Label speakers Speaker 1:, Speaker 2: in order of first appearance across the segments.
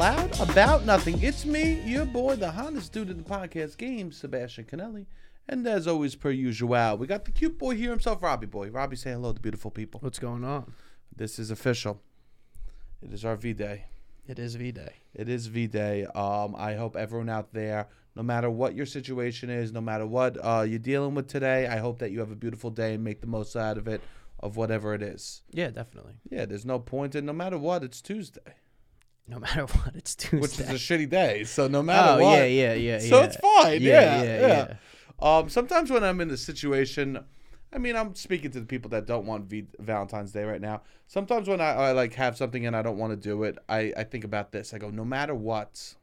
Speaker 1: about nothing. It's me, your boy, the honest dude of the podcast game, Sebastian Canelli. And as always, per usual, we got the cute boy here himself, Robbie boy. Robbie, say hello to beautiful people.
Speaker 2: What's going on?
Speaker 1: This is official. It is our V Day.
Speaker 2: It is V Day.
Speaker 1: It is V Day. Um, I hope everyone out there, no matter what your situation is, no matter what uh, you're dealing with today, I hope that you have a beautiful day and make the most out of it, of whatever it is.
Speaker 2: Yeah, definitely.
Speaker 1: Yeah, there's no point in no matter what, it's Tuesday,
Speaker 2: No matter what, it's Tuesday.
Speaker 1: which is a shitty day. So no
Speaker 2: oh
Speaker 1: matter what,
Speaker 2: yeah, yeah, yeah.
Speaker 1: so
Speaker 2: yeah.
Speaker 1: it's fine. Yeah,
Speaker 2: Yeah,
Speaker 1: yeah,
Speaker 2: yeah,
Speaker 1: Um, sometimes when I'm in a situation, I mean, I'm speaking to the people that don't want v- Valentine's Day right now. Sometimes when I, I like have something and I don't want to do it, I I think about this. I go, no matter what,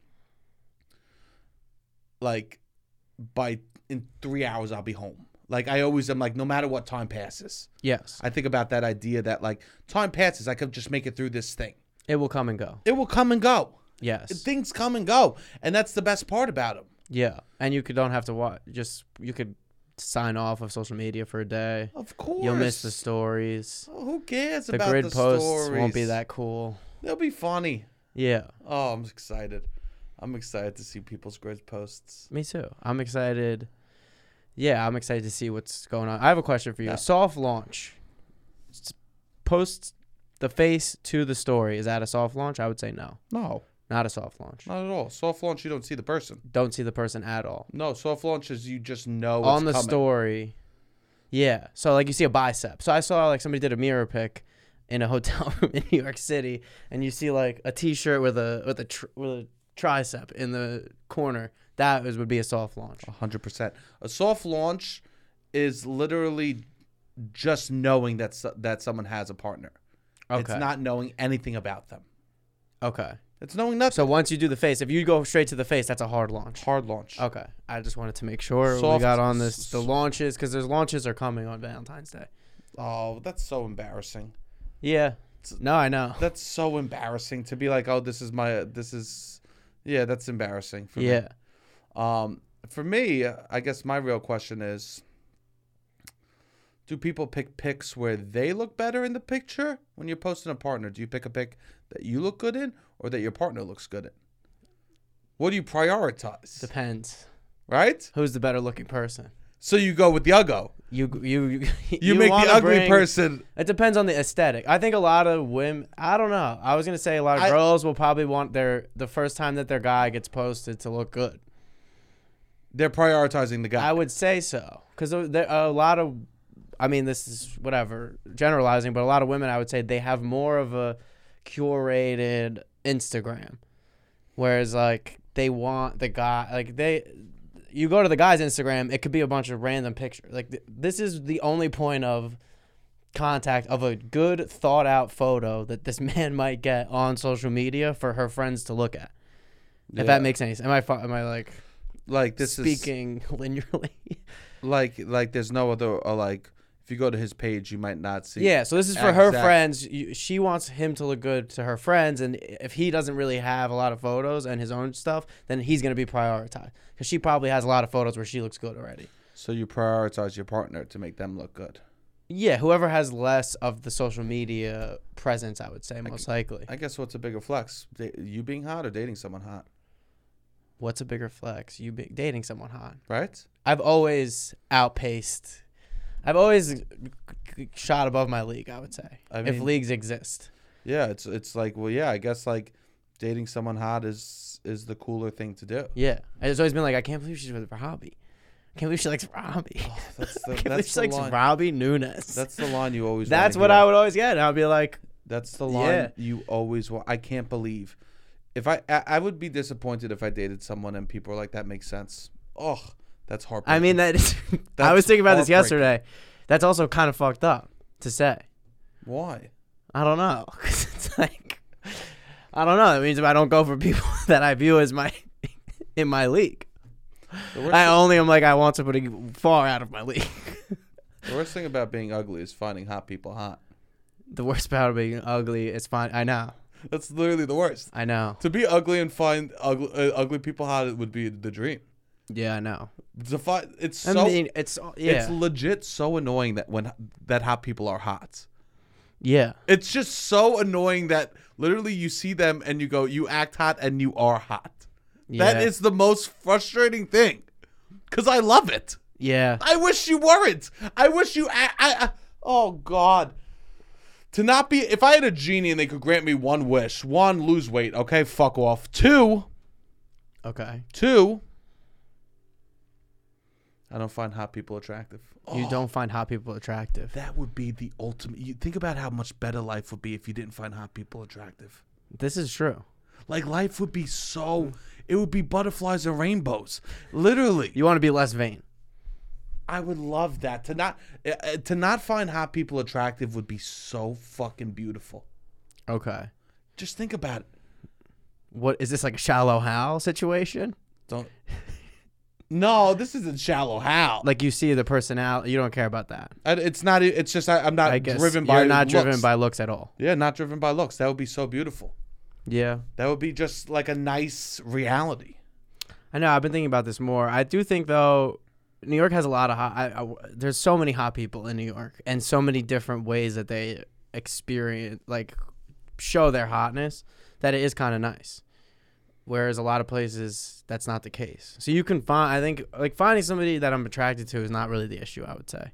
Speaker 1: like by in three hours I'll be home. Like I always am like, no matter what time passes,
Speaker 2: Yes,
Speaker 1: I think about that idea that like time passes, I could just make it through this thing.
Speaker 2: it will come and go.
Speaker 1: It will come and go.
Speaker 2: Yes.
Speaker 1: Things come and go, and that's the best part about them.
Speaker 2: yeah, and you could don't have to watch. Just you could sign off of social media for a day.
Speaker 1: Of course,
Speaker 2: You'll miss the stories.
Speaker 1: Oh, who cares
Speaker 2: The
Speaker 1: about
Speaker 2: grid
Speaker 1: the
Speaker 2: posts
Speaker 1: stories?
Speaker 2: won't be that cool.
Speaker 1: They'll be funny.
Speaker 2: Yeah,
Speaker 1: Oh, I'm excited. I'm excited to see people's grid posts.
Speaker 2: me too. I'm excited. Yeah, I'm excited to see what's going on. I have a question for you.
Speaker 1: Yeah.
Speaker 2: Soft launch. S- Post the face to the story. Is that a soft launch? I would say no.
Speaker 1: No,
Speaker 2: Not a soft launch.
Speaker 1: not at all. Soft launch, you don't see the person.
Speaker 2: Don't see the person at all.
Speaker 1: No, soft launch is you just know what's
Speaker 2: on the
Speaker 1: coming.
Speaker 2: story. Yeah. So like you see a bicep. So I saw like somebody did a mirror pick in a hotel room in New York City, and you see like a T-shirt with a with a tr- with a tricep in the corner. That is, would be a soft launch.
Speaker 1: A hundred percent. A soft launch is literally just knowing that so- that someone has a partner. It's
Speaker 2: Okay.
Speaker 1: not knowing anything about them.
Speaker 2: Okay.
Speaker 1: It's knowing nothing.
Speaker 2: So once you do the face, if you go straight to the face, that's a hard launch.
Speaker 1: Hard launch.
Speaker 2: Okay. I just wanted to make sure
Speaker 1: Soft-
Speaker 2: we got on this the launches because there's launches are coming on Valentine's Day.
Speaker 1: Oh, that's so embarrassing.
Speaker 2: Yeah. No, I know.
Speaker 1: That's so embarrassing to be like, oh, this is my, this is, yeah, that's embarrassing for me.
Speaker 2: Yeah.
Speaker 1: Um, for me, I guess my real question is: Do people pick pics where they look better in the picture when you're posting a partner? Do you pick a pic that you look good in, or that your partner looks good in? What do you prioritize?
Speaker 2: Depends.
Speaker 1: right.
Speaker 2: Who's the better looking person?
Speaker 1: So you go with the uggo.
Speaker 2: You you you,
Speaker 1: You, make the
Speaker 2: wanna
Speaker 1: ugly
Speaker 2: bring-
Speaker 1: person.
Speaker 2: It depends on the aesthetic. I think a lot of women. I don't know. I was gonna say a lot of
Speaker 1: I-
Speaker 2: girls will probably want their the first time that their guy gets posted to look good.
Speaker 1: They're prioritizing the guy.
Speaker 2: I would say so because there a lot of. I mean, this is whatever generalizing, but a lot of women, I would say, they have more of a curated Instagram, whereas like they want the guy like they. You go to the guy's Instagram, it could be a bunch of random pictures. Like th- this is the only point of contact of a good thought out photo that this man might get on social media for her friends to look at.
Speaker 1: Yeah.
Speaker 2: If that makes any sense, am I fo- am I like
Speaker 1: like this is
Speaker 2: speaking linearly?
Speaker 1: like like there's no other uh, like if you go to his page you might not see
Speaker 2: Yeah, so this is for her
Speaker 1: Exact-
Speaker 2: friends. You- She wants him to look good to her friends, and if he doesn't really have a lot of photos and his own stuff, then he's gonna be prioritized because she probably has a lot of photos where she looks good already.
Speaker 1: So you prioritize your partner to make them look good.
Speaker 2: Yeah, whoever has less of the social media presence, I would say most likely.
Speaker 1: I guess what's a bigger flex? Da- You being hot or dating someone hot,
Speaker 2: What's a bigger flex? You be dating someone hot?
Speaker 1: right?
Speaker 2: I've always outpaced. I've always shot above my league. I would say
Speaker 1: I
Speaker 2: if
Speaker 1: mean-
Speaker 2: leagues exist.
Speaker 1: Yeah, it's it's like well, yeah, I guess like dating someone hot is is the cooler thing to do.
Speaker 2: Yeah, it's always been like I can't believe she's with Robbie. I can't believe she likes Robbie.
Speaker 1: That's
Speaker 2: I
Speaker 1: the,
Speaker 2: can't believe
Speaker 1: that's
Speaker 2: she
Speaker 1: the
Speaker 2: likes
Speaker 1: line.
Speaker 2: Robbie Nunes. That's,
Speaker 1: That's the line you always.
Speaker 2: what I would always get. And I'd be like,
Speaker 1: That's the line
Speaker 2: Yeah.
Speaker 1: you always want. I can't believe. If I, I I would be disappointed if I dated someone and people were like that makes sense. Oh, that's heartbreaking.
Speaker 2: I mean, that is. I
Speaker 1: That's
Speaker 2: was thinking about this
Speaker 1: heartbreaking.
Speaker 2: yesterday. That's also kind of fucked up to say.
Speaker 1: why?
Speaker 2: I don't know. 'Cause it's like, I don't know. That means if I don't go for people that I view as my in my league,
Speaker 1: The worst,
Speaker 2: I only am like I want somebody far out of my league.
Speaker 1: the worst thing about being ugly is finding hot people hot.
Speaker 2: the worst part of being ugly is fine. I know.
Speaker 1: That's literally the worst.
Speaker 2: I know.
Speaker 1: To be ugly and find ugly, uh, ugly people hot would be the dream.
Speaker 2: Yeah, I know.
Speaker 1: To fi- it's
Speaker 2: I
Speaker 1: so
Speaker 2: mean, it's yeah.
Speaker 1: it's legit so annoying that when that hot people are hot.
Speaker 2: Yeah.
Speaker 1: It's just so annoying that literally you see them and you go, you act hot and you are hot. That
Speaker 2: Yeah.
Speaker 1: is the most frustrating thing. Cause I love it.
Speaker 2: Yeah.
Speaker 1: I wish you weren't. I wish you. I, I, I- oh God. To not be. If I had a genie and they could grant me one wish, one, lose weight. Okay, fuck off. Two,
Speaker 2: Okay.
Speaker 1: two. I don't find hot people attractive.
Speaker 2: You
Speaker 1: Oh,
Speaker 2: don't find hot people attractive.
Speaker 1: That would be the ultimate. You think about how much better life would be if you didn't find hot people attractive.
Speaker 2: This is true.
Speaker 1: Like life would be so. It would be butterflies and rainbows. Literally.
Speaker 2: You want to be less vain.
Speaker 1: I would love that to not uh, uh, to not find hot people attractive would be so fucking beautiful.
Speaker 2: Okay.
Speaker 1: Just think about it.
Speaker 2: What is this like a shallow how situation?
Speaker 1: Don't. No, this isn't shallow. How?
Speaker 2: Like you see the personality, you don't care about that.
Speaker 1: I, it's not. e- It's just I, I'm not
Speaker 2: I guess
Speaker 1: driven by.
Speaker 2: you're not driven
Speaker 1: looks.
Speaker 2: by looks at all.
Speaker 1: Yeah, not driven by looks. That would be so beautiful.
Speaker 2: Yeah.
Speaker 1: That would be just like a nice reality.
Speaker 2: I know. I've been thinking about this more. I do think though, New York has a lot of hot. I, I- there's so many hot people in New York, and so many different ways that they experience, like, show their hotness. That it is kind of nice. Whereas a lot of places, that's not the case. So you can find. I think like finding somebody that I'm attracted to is not really the issue. I would say.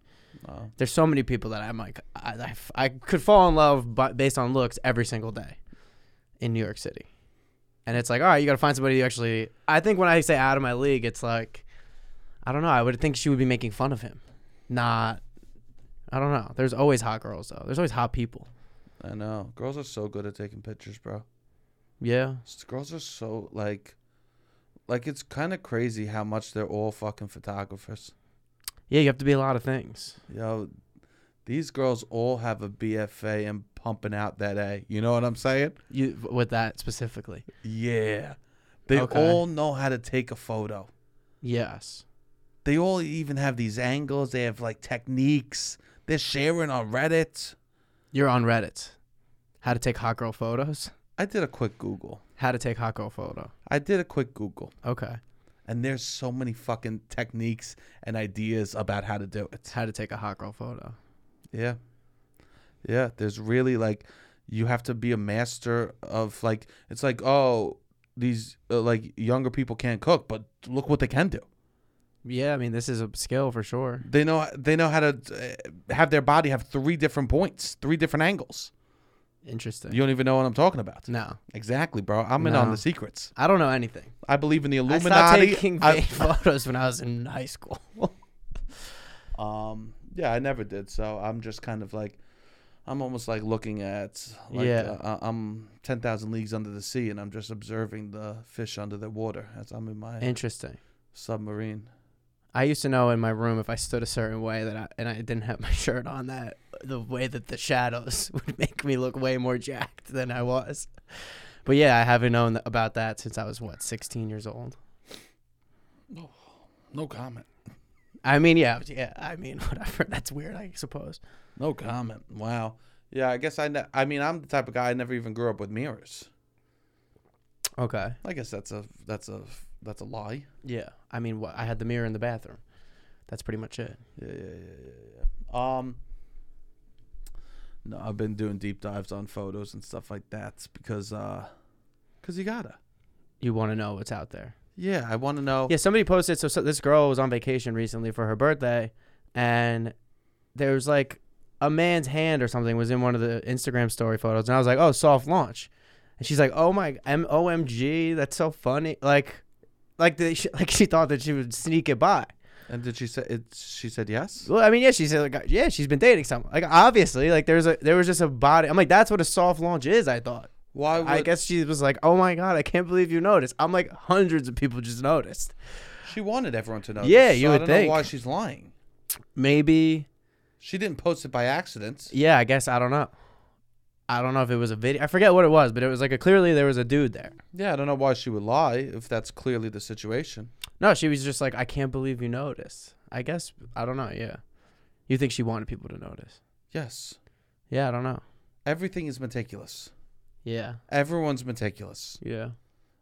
Speaker 1: No.
Speaker 2: There's so many people that I'm like, I, I f- I could fall in love but based on looks every single day in New York City. And it's like, all right, you got to find somebody who actually. I think when I say out of my league, it's like, I don't know. I would think she would be making fun of him. Not, I don't know. There's always hot girls, though. There's always hot people.
Speaker 1: I know. Girls are so good at taking pictures, bro.
Speaker 2: Yeah.
Speaker 1: S- Girls are so like, like it's kind of crazy how much they're all fucking photographers.
Speaker 2: Yeah, you have to be a lot of things.
Speaker 1: Yo, these girls all have a BFA and pumping out that A. You know what I'm saying?
Speaker 2: You With that specifically.
Speaker 1: Yeah. They
Speaker 2: Okay.
Speaker 1: all know how to take a photo.
Speaker 2: Yes.
Speaker 1: They all even have these angles. They have like techniques. They're sharing on Reddit.
Speaker 2: You're on Reddit. How to take hot girl photos?
Speaker 1: I did a quick Google.
Speaker 2: How to take hot girl photo.
Speaker 1: I did a quick Google.
Speaker 2: Okay.
Speaker 1: And there's so many fucking techniques and ideas about how to do it.
Speaker 2: How to take a hot girl photo.
Speaker 1: Yeah. Yeah. There's really like, you have to be a master of like, it's like, oh, these uh, like younger people can't cook, but look what they can do.
Speaker 2: Yeah, I mean, this is a skill for sure.
Speaker 1: They know they know how to uh, have their body have three different points, three different angles.
Speaker 2: Interesting.
Speaker 1: You don't even know what I'm talking about.
Speaker 2: no,
Speaker 1: Exactly, bro. I'm in on
Speaker 2: No.
Speaker 1: the secrets.
Speaker 2: I don't know anything.
Speaker 1: I believe in the
Speaker 2: I stopped
Speaker 1: Illuminati.
Speaker 2: taking
Speaker 1: I-
Speaker 2: vain photos when I was in high school.
Speaker 1: um, yeah, I never did. So I'm just kind of like, I'm almost like looking at, like,
Speaker 2: Yeah.
Speaker 1: uh, I- I'm ten thousand leagues under the sea, and I'm just observing the fish under the water as I'm in my
Speaker 2: Interesting.
Speaker 1: submarine.
Speaker 2: I used to know in my room if I stood a certain way that I and I didn't have my shirt on that the way that the shadows would make me look way more jacked than I was. But yeah, I haven't known about that since I was what 16 years old.
Speaker 1: No comment.
Speaker 2: I mean, yeah, yeah. I mean, whatever. That's weird, I suppose.
Speaker 1: No comment. Wow. Yeah, I guess I. Ne- I mean, I'm the type of guy I never even grew up with mirrors.
Speaker 2: Okay.
Speaker 1: I guess that's a that's a that's a lie.
Speaker 2: Yeah. I mean, what, I had the mirror in the bathroom. That's pretty much it.
Speaker 1: Yeah, yeah, yeah, yeah, yeah. Um, no, I've been doing deep dives on photos and stuff like that because, uh, cause you gotta.
Speaker 2: You want to know what's out there.
Speaker 1: Yeah, I want to know.
Speaker 2: Yeah, somebody posted. So, so this girl was on vacation recently for her birthday, and there was like a man's hand or something was in one of the Instagram story photos, and I was like, "Oh, soft launch," and she's like, "Oh my, M O M G, that's so funny!" Like, like the, she, like she thought that she would sneak it by.
Speaker 1: And did she say it? She said yes.
Speaker 2: Well, I mean, yeah, she said like, yeah, she's been dating someone. Like, obviously, like there's a there was just a body. I'm like, that's what a soft launch is. I thought.
Speaker 1: Why? Would,
Speaker 2: I guess she was like, "Oh my god, I can't believe you noticed." I'm like, hundreds of people just noticed.
Speaker 1: she wanted everyone to know.
Speaker 2: Yeah,
Speaker 1: this, so
Speaker 2: you
Speaker 1: I
Speaker 2: would
Speaker 1: don't
Speaker 2: think.
Speaker 1: know why she's lying.
Speaker 2: Maybe
Speaker 1: She didn't post it by accident.
Speaker 2: Yeah, I guess I don't know. I don't know if it was a video. I forget what it was, but it was like a clearly there was a dude there.
Speaker 1: Yeah, I don't know why she would lie if that's clearly the situation.
Speaker 2: No, she was just like, I can't believe you noticed. I guess I don't know. Yeah, you think she wanted people to notice?
Speaker 1: Yes,
Speaker 2: Yeah, I don't know.
Speaker 1: everything is meticulous.
Speaker 2: Yeah,
Speaker 1: Everyone's meticulous,
Speaker 2: yeah.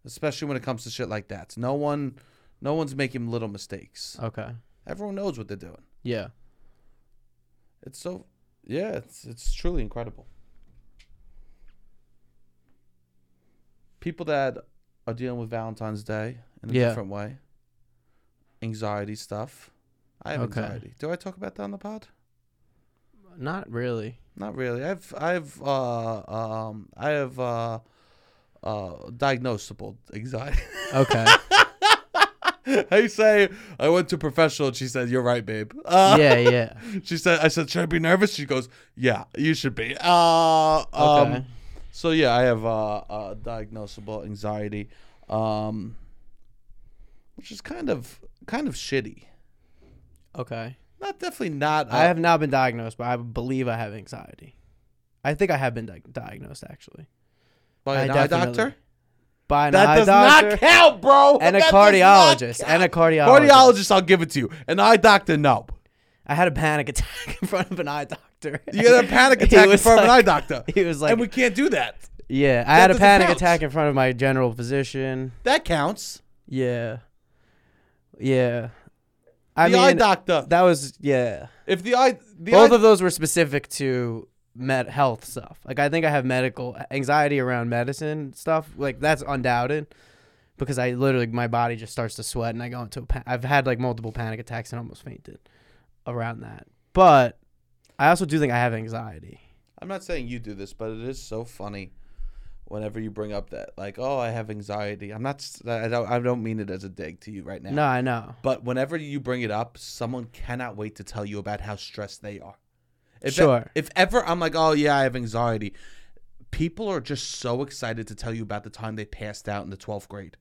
Speaker 1: especially when it comes to shit like that. No one, no one's making little mistakes.
Speaker 2: Okay.
Speaker 1: Everyone knows what they're doing.
Speaker 2: Yeah.
Speaker 1: It's so yeah, it's it's truly incredible. people that are dealing with Valentine's Day in a
Speaker 2: Yeah.
Speaker 1: different way, anxiety stuff. I have
Speaker 2: Okay.
Speaker 1: anxiety. Do I talk about that on the pod?
Speaker 2: Not really.
Speaker 1: Not really. I've I've uh um I have uh uh diagnosable anxiety.
Speaker 2: Okay.
Speaker 1: I say I went to professional and she said, You're right, babe. Uh,
Speaker 2: yeah, yeah.
Speaker 1: She said I said, Should I be nervous? She goes, Yeah, you should be. Uh um
Speaker 2: Okay.
Speaker 1: so yeah, I have uh, uh diagnosable anxiety. Um which is kind of kind of shitty.
Speaker 2: okay.
Speaker 1: Not definitely not
Speaker 2: I have not been diagnosed, but I believe I have anxiety. I think I have been di- diagnosed actually
Speaker 1: by
Speaker 2: I
Speaker 1: an eye
Speaker 2: definitely-
Speaker 1: doctor.
Speaker 2: by an
Speaker 1: That
Speaker 2: eye
Speaker 1: does
Speaker 2: doctor
Speaker 1: not count, bro.
Speaker 2: and a
Speaker 1: That does not
Speaker 2: cardiologist.
Speaker 1: count.
Speaker 2: And a cardiologist.
Speaker 1: Cardiologist, I'll give it to you. An eye doctor, no.
Speaker 2: I had a panic attack in front of an eye doctor.
Speaker 1: You get a panic
Speaker 2: He
Speaker 1: attack in
Speaker 2: was
Speaker 1: front of an eye
Speaker 2: like-
Speaker 1: doctor.
Speaker 2: He was like,
Speaker 1: and we can't do that.
Speaker 2: "Yeah, I had a
Speaker 1: doesn't
Speaker 2: panic
Speaker 1: count.
Speaker 2: attack in front of my general physician."
Speaker 1: That counts.
Speaker 2: Yeah, yeah. I
Speaker 1: the eye
Speaker 2: mean,
Speaker 1: doctor.
Speaker 2: that was yeah.
Speaker 1: If the eye, the
Speaker 2: Both
Speaker 1: eye,
Speaker 2: of those were specific to med health stuff. Like I think I have medical anxiety around medicine stuff. Like that's undoubted because I literally my body just starts to sweat and I go into a pa- I've had like multiple panic attacks and almost fainted around that. But I also do think I have anxiety.
Speaker 1: I'm not saying you do this, but it is so funny whenever you bring up that like, oh, I have anxiety. I'm not. s- I don't. I don't mean it as a dig to you right now.
Speaker 2: No, I know.
Speaker 1: But whenever you bring it up, someone cannot wait to tell you about how stressed they are. If e-,
Speaker 2: Sure.
Speaker 1: if ever I'm like, oh yeah, I have anxiety. People are just so excited to tell you about the time they passed out in the 12th grade.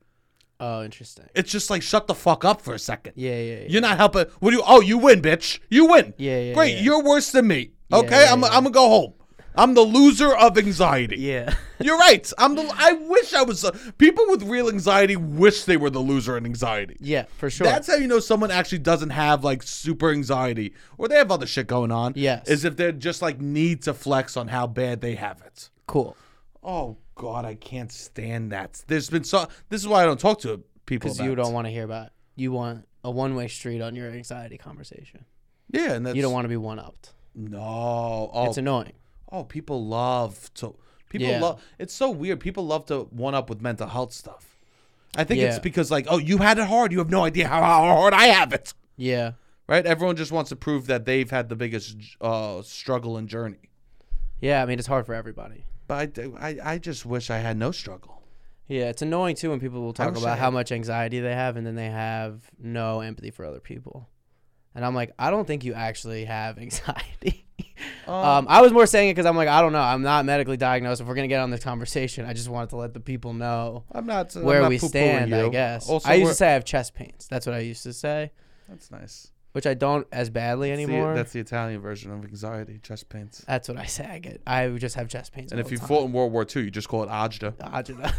Speaker 2: Oh, interesting.
Speaker 1: It's just like shut the fuck up for a second.
Speaker 2: Yeah, yeah, yeah.
Speaker 1: You're not helping. What do you? Oh, you win, bitch. You win.
Speaker 2: Yeah, yeah,
Speaker 1: Great.
Speaker 2: yeah.
Speaker 1: You're worse than me. Okay.
Speaker 2: yeah,
Speaker 1: I'm.
Speaker 2: yeah.
Speaker 1: I'm gonna go home. I'm the loser of anxiety.
Speaker 2: yeah.
Speaker 1: You're right. I'm the. I wish I was. uh, people with real anxiety wish they were the loser in anxiety.
Speaker 2: yeah, for sure.
Speaker 1: That's how you know someone actually doesn't have like super anxiety or they have other shit going on.
Speaker 2: Yes.
Speaker 1: Is if they're just like need to flex on how bad they have it.
Speaker 2: cool.
Speaker 1: Oh God, I can't stand that. There's been so. This is why I don't talk to people.
Speaker 2: Because
Speaker 1: About
Speaker 2: you
Speaker 1: it.
Speaker 2: don't want to hear about. You want a one-way street on your anxiety conversation.
Speaker 1: Yeah, and that's.
Speaker 2: You don't want to be one-upped.
Speaker 1: No. Oh
Speaker 2: It's annoying.
Speaker 1: Oh, people love to. People
Speaker 2: Yeah.
Speaker 1: love. It's so weird. People love to one up with mental health stuff. I think it's
Speaker 2: Yeah.
Speaker 1: because like, oh, you had it hard. You have no idea how, how hard I have it.
Speaker 2: Yeah.
Speaker 1: Right? Everyone just wants to prove that they've had the biggest uh, struggle and journey.
Speaker 2: Yeah, I mean it's hard for everybody.
Speaker 1: But I, do- I, I just wish I had no struggle.
Speaker 2: Yeah, it's annoying too when people will talk
Speaker 1: wish I
Speaker 2: about how
Speaker 1: had-
Speaker 2: much anxiety they have and then they have no empathy for other people. And I'm like, I don't think you actually have anxiety.
Speaker 1: Uh,
Speaker 2: um, I was more saying it because I'm like, I don't know. I'm not medically diagnosed. If we're gonna get on this conversation, I just wanted to let the people know
Speaker 1: I'm not I'm
Speaker 2: where
Speaker 1: not
Speaker 2: we
Speaker 1: poo-pooing
Speaker 2: stand. I
Speaker 1: you.
Speaker 2: guess.
Speaker 1: Also,
Speaker 2: I used
Speaker 1: we're-
Speaker 2: to say I have chest pains. That's what I used to say,
Speaker 1: that's nice.
Speaker 2: which I don't as badly
Speaker 1: See,
Speaker 2: anymore.
Speaker 1: that's
Speaker 2: that's,
Speaker 1: the Italian version of anxiety, chest pains.
Speaker 2: what I say. I get. I would just have chest pains.
Speaker 1: And
Speaker 2: all
Speaker 1: if
Speaker 2: the
Speaker 1: you
Speaker 2: time.
Speaker 1: fought in World War II, you just call it agita.
Speaker 2: Ajita.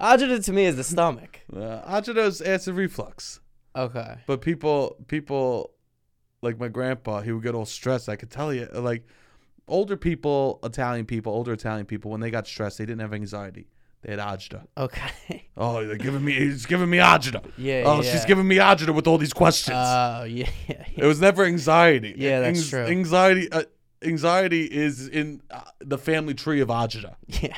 Speaker 2: Ajita to me is the stomach.
Speaker 1: Uh, agita's acid reflux.
Speaker 2: Okay.
Speaker 1: But people, people, like my grandpa, he would get all stressed. I could tell you, like older people, Italian people, older Italian people, when they got stressed, they didn't have anxiety. They had agita.
Speaker 2: Okay.
Speaker 1: Oh, they're giving me, he's giving me agita.
Speaker 2: Yeah.
Speaker 1: Oh,
Speaker 2: yeah.
Speaker 1: she's giving me agita with all these questions.
Speaker 2: Oh yeah, yeah,
Speaker 1: it was never anxiety.
Speaker 2: Yeah, that's true.
Speaker 1: Anxiety, uh, anxiety is in uh, the family tree of agita.
Speaker 2: yeah,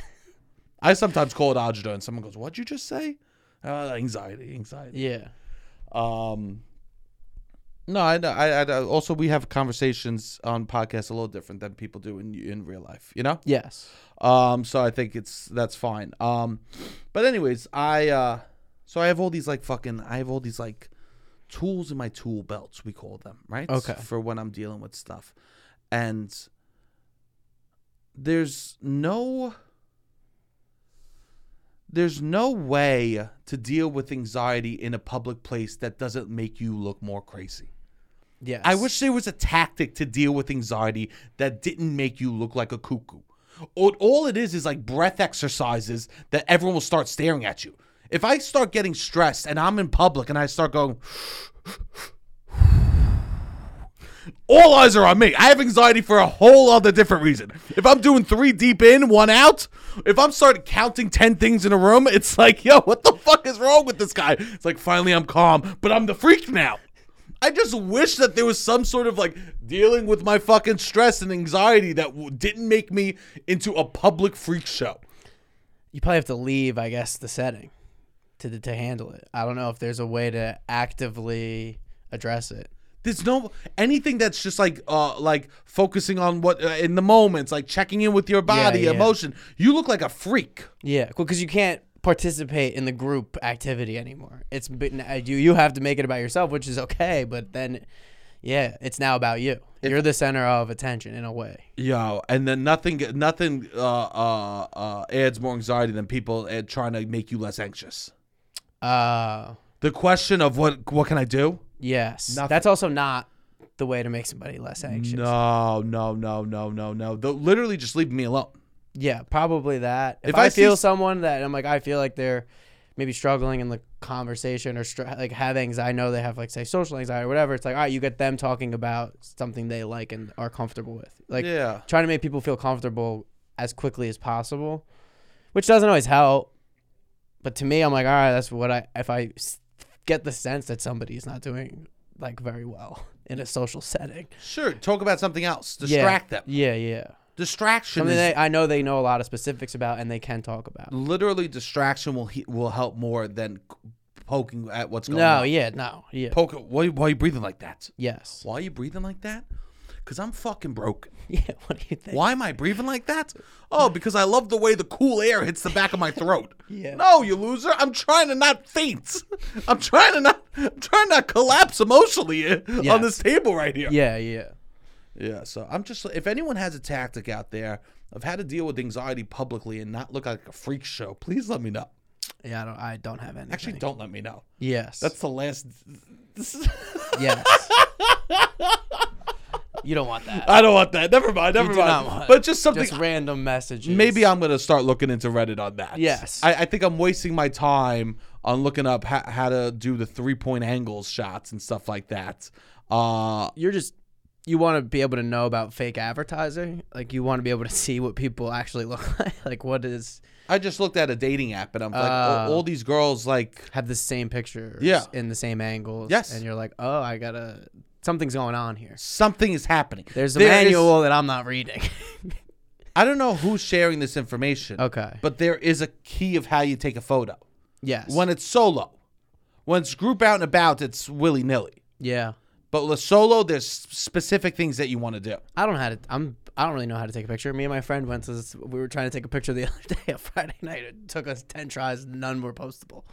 Speaker 1: I sometimes call it agita, and someone goes, "What'd you just say?" Uh, anxiety, anxiety.
Speaker 2: yeah.
Speaker 1: Um, no, I know. I, I also we have conversations on podcasts a little different than people do in in real life. You know.
Speaker 2: Yes.
Speaker 1: Um, so I think it's that's fine. Um, but anyways, I uh, so I have all these like fucking I have all these like tools in my tool belts. We call them right.
Speaker 2: Okay.
Speaker 1: For when I'm dealing with stuff, and there's no there's no way to deal with anxiety in a public place that doesn't make you look more crazy.
Speaker 2: Yes.
Speaker 1: I wish there was a tactic to deal with anxiety that didn't make you look like a cuckoo. All, all it is is like breath exercises that everyone will start staring at you. If I start getting stressed and I'm in public and I start going, all eyes are on me. I have anxiety for a whole other different reason. If I'm doing three deep in, one out, if I'm starting counting 10 things in a room, it's like, yo, what the fuck is wrong with this guy? It's like, finally, I'm calm, but I'm the freak now. I just wish that there was some sort of like dealing with my fucking stress and anxiety that w- didn't make me into a public freak show.
Speaker 2: you probably have to leave, I guess, the setting to to handle it. I don't know if there's a way to actively address it.
Speaker 1: There's no anything that's just like uh like focusing on what uh, in the moments, like checking in with your body,
Speaker 2: yeah.
Speaker 1: emotion. You look like a freak.
Speaker 2: Yeah, because you can't participate in the group activity anymore. It's been, uh, you you have to make it about yourself, which is okay, but then yeah, it's now about you. You're the center of attention in a way.
Speaker 1: Yo, and then nothing, nothing uh, uh, uh, adds more anxiety than people uh, trying to make you less anxious.
Speaker 2: Uh
Speaker 1: The question of what what can I do?
Speaker 2: yes.
Speaker 1: Nothing.
Speaker 2: That's also not the way to make somebody less anxious.
Speaker 1: No, no, no, no, no, no. The, literally, just leave me alone.
Speaker 2: Yeah, probably that. If,
Speaker 1: If
Speaker 2: I,
Speaker 1: I see
Speaker 2: feel
Speaker 1: s-
Speaker 2: someone that I'm like, I feel like they're maybe struggling in the conversation or str- like have anxiety, I know they have like say social anxiety or whatever. It's like, all right, you get them talking about something they like and are comfortable with. Like
Speaker 1: Yeah,
Speaker 2: trying to make people feel comfortable as quickly as possible, which doesn't always help. But to me, I'm like, all right, that's what I if I s- get the sense that somebody is not doing like very well in a social setting.
Speaker 1: sure. Talk about something else.
Speaker 2: Yeah.
Speaker 1: Distract them.
Speaker 2: Yeah, yeah.
Speaker 1: Distraction
Speaker 2: Something
Speaker 1: is
Speaker 2: they, I know they know a lot of specifics about and they can talk about.
Speaker 1: literally distraction will he, will help more than c- poking at what's going
Speaker 2: No,
Speaker 1: on.
Speaker 2: yeah, no, yeah,
Speaker 1: Poke. Why, why are you breathing like that?
Speaker 2: yes,
Speaker 1: Why are you breathing like that? Because I'm fucking broken.
Speaker 2: yeah. What do you think?
Speaker 1: Why am I breathing like that? Oh, because I love the way the cool air hits the back of my throat.
Speaker 2: Yeah.
Speaker 1: No, you loser. I'm trying to not faint. I'm trying to not I'm trying to collapse emotionally eh, on
Speaker 2: Yes.
Speaker 1: this table right here.
Speaker 2: Yeah, yeah,
Speaker 1: Yeah, so I'm just if anyone has a tactic out there of how to deal with anxiety publicly and not look like a freak show, please let me know.
Speaker 2: yeah. I don't, I don't have any.
Speaker 1: Actually, don't let me know.
Speaker 2: yes,
Speaker 1: That's the last this is-
Speaker 2: yes. you don't want that.
Speaker 1: I don't want that. Never mind. Never
Speaker 2: do
Speaker 1: mind.
Speaker 2: not want-
Speaker 1: but just something
Speaker 2: Just random messages.
Speaker 1: Maybe I'm gonna start looking into Reddit on that.
Speaker 2: Yes.
Speaker 1: I, I think I'm wasting my time on looking up ho- how to do the three point angles shots and stuff like that. Uh,
Speaker 2: you're just you want to be able to know about fake advertising. Like you want to be able to see what people actually look like. Like what is
Speaker 1: I just looked at a dating app and I'm like, "Oh,
Speaker 2: Uh.
Speaker 1: all, all these girls like,
Speaker 2: have the same pictures.
Speaker 1: Yeah.
Speaker 2: in the same angles.
Speaker 1: Yes.
Speaker 2: and you're like, oh, I gotta something's going on here.
Speaker 1: something is happening.
Speaker 2: There's a
Speaker 1: There is-
Speaker 2: manual that I'm not reading.
Speaker 1: I don't know who's sharing this information,
Speaker 2: okay.
Speaker 1: but there is a key of how you take a photo.
Speaker 2: yes.
Speaker 1: When it's solo, when it's group out and about, it's willy nilly.
Speaker 2: yeah.
Speaker 1: But with solo, there's specific things that you want to do.
Speaker 2: I don't know how to. I'm. I don't really know how to take a picture. Me and my friend went to. This, we were trying to take a picture the other day on Friday night. It took us ten tries. None were postable.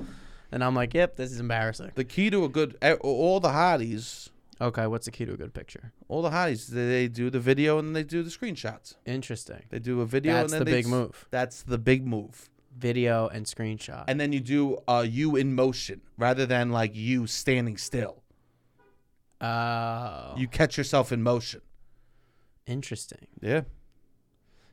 Speaker 2: And I'm like, yep, this is embarrassing.
Speaker 1: The key to a good, eh, all the hotties.
Speaker 2: Okay, what's the key to a good picture?
Speaker 1: all the hotties they, they do the video and they do the screenshots
Speaker 2: Interesting.
Speaker 1: they do a video
Speaker 2: That's
Speaker 1: and then
Speaker 2: the
Speaker 1: they
Speaker 2: big
Speaker 1: s-
Speaker 2: move.
Speaker 1: that's the big move
Speaker 2: Video and screenshot.
Speaker 1: and then you do uh you in motion rather than like you standing still
Speaker 2: Oh,
Speaker 1: you catch yourself in motion
Speaker 2: interesting.
Speaker 1: yeah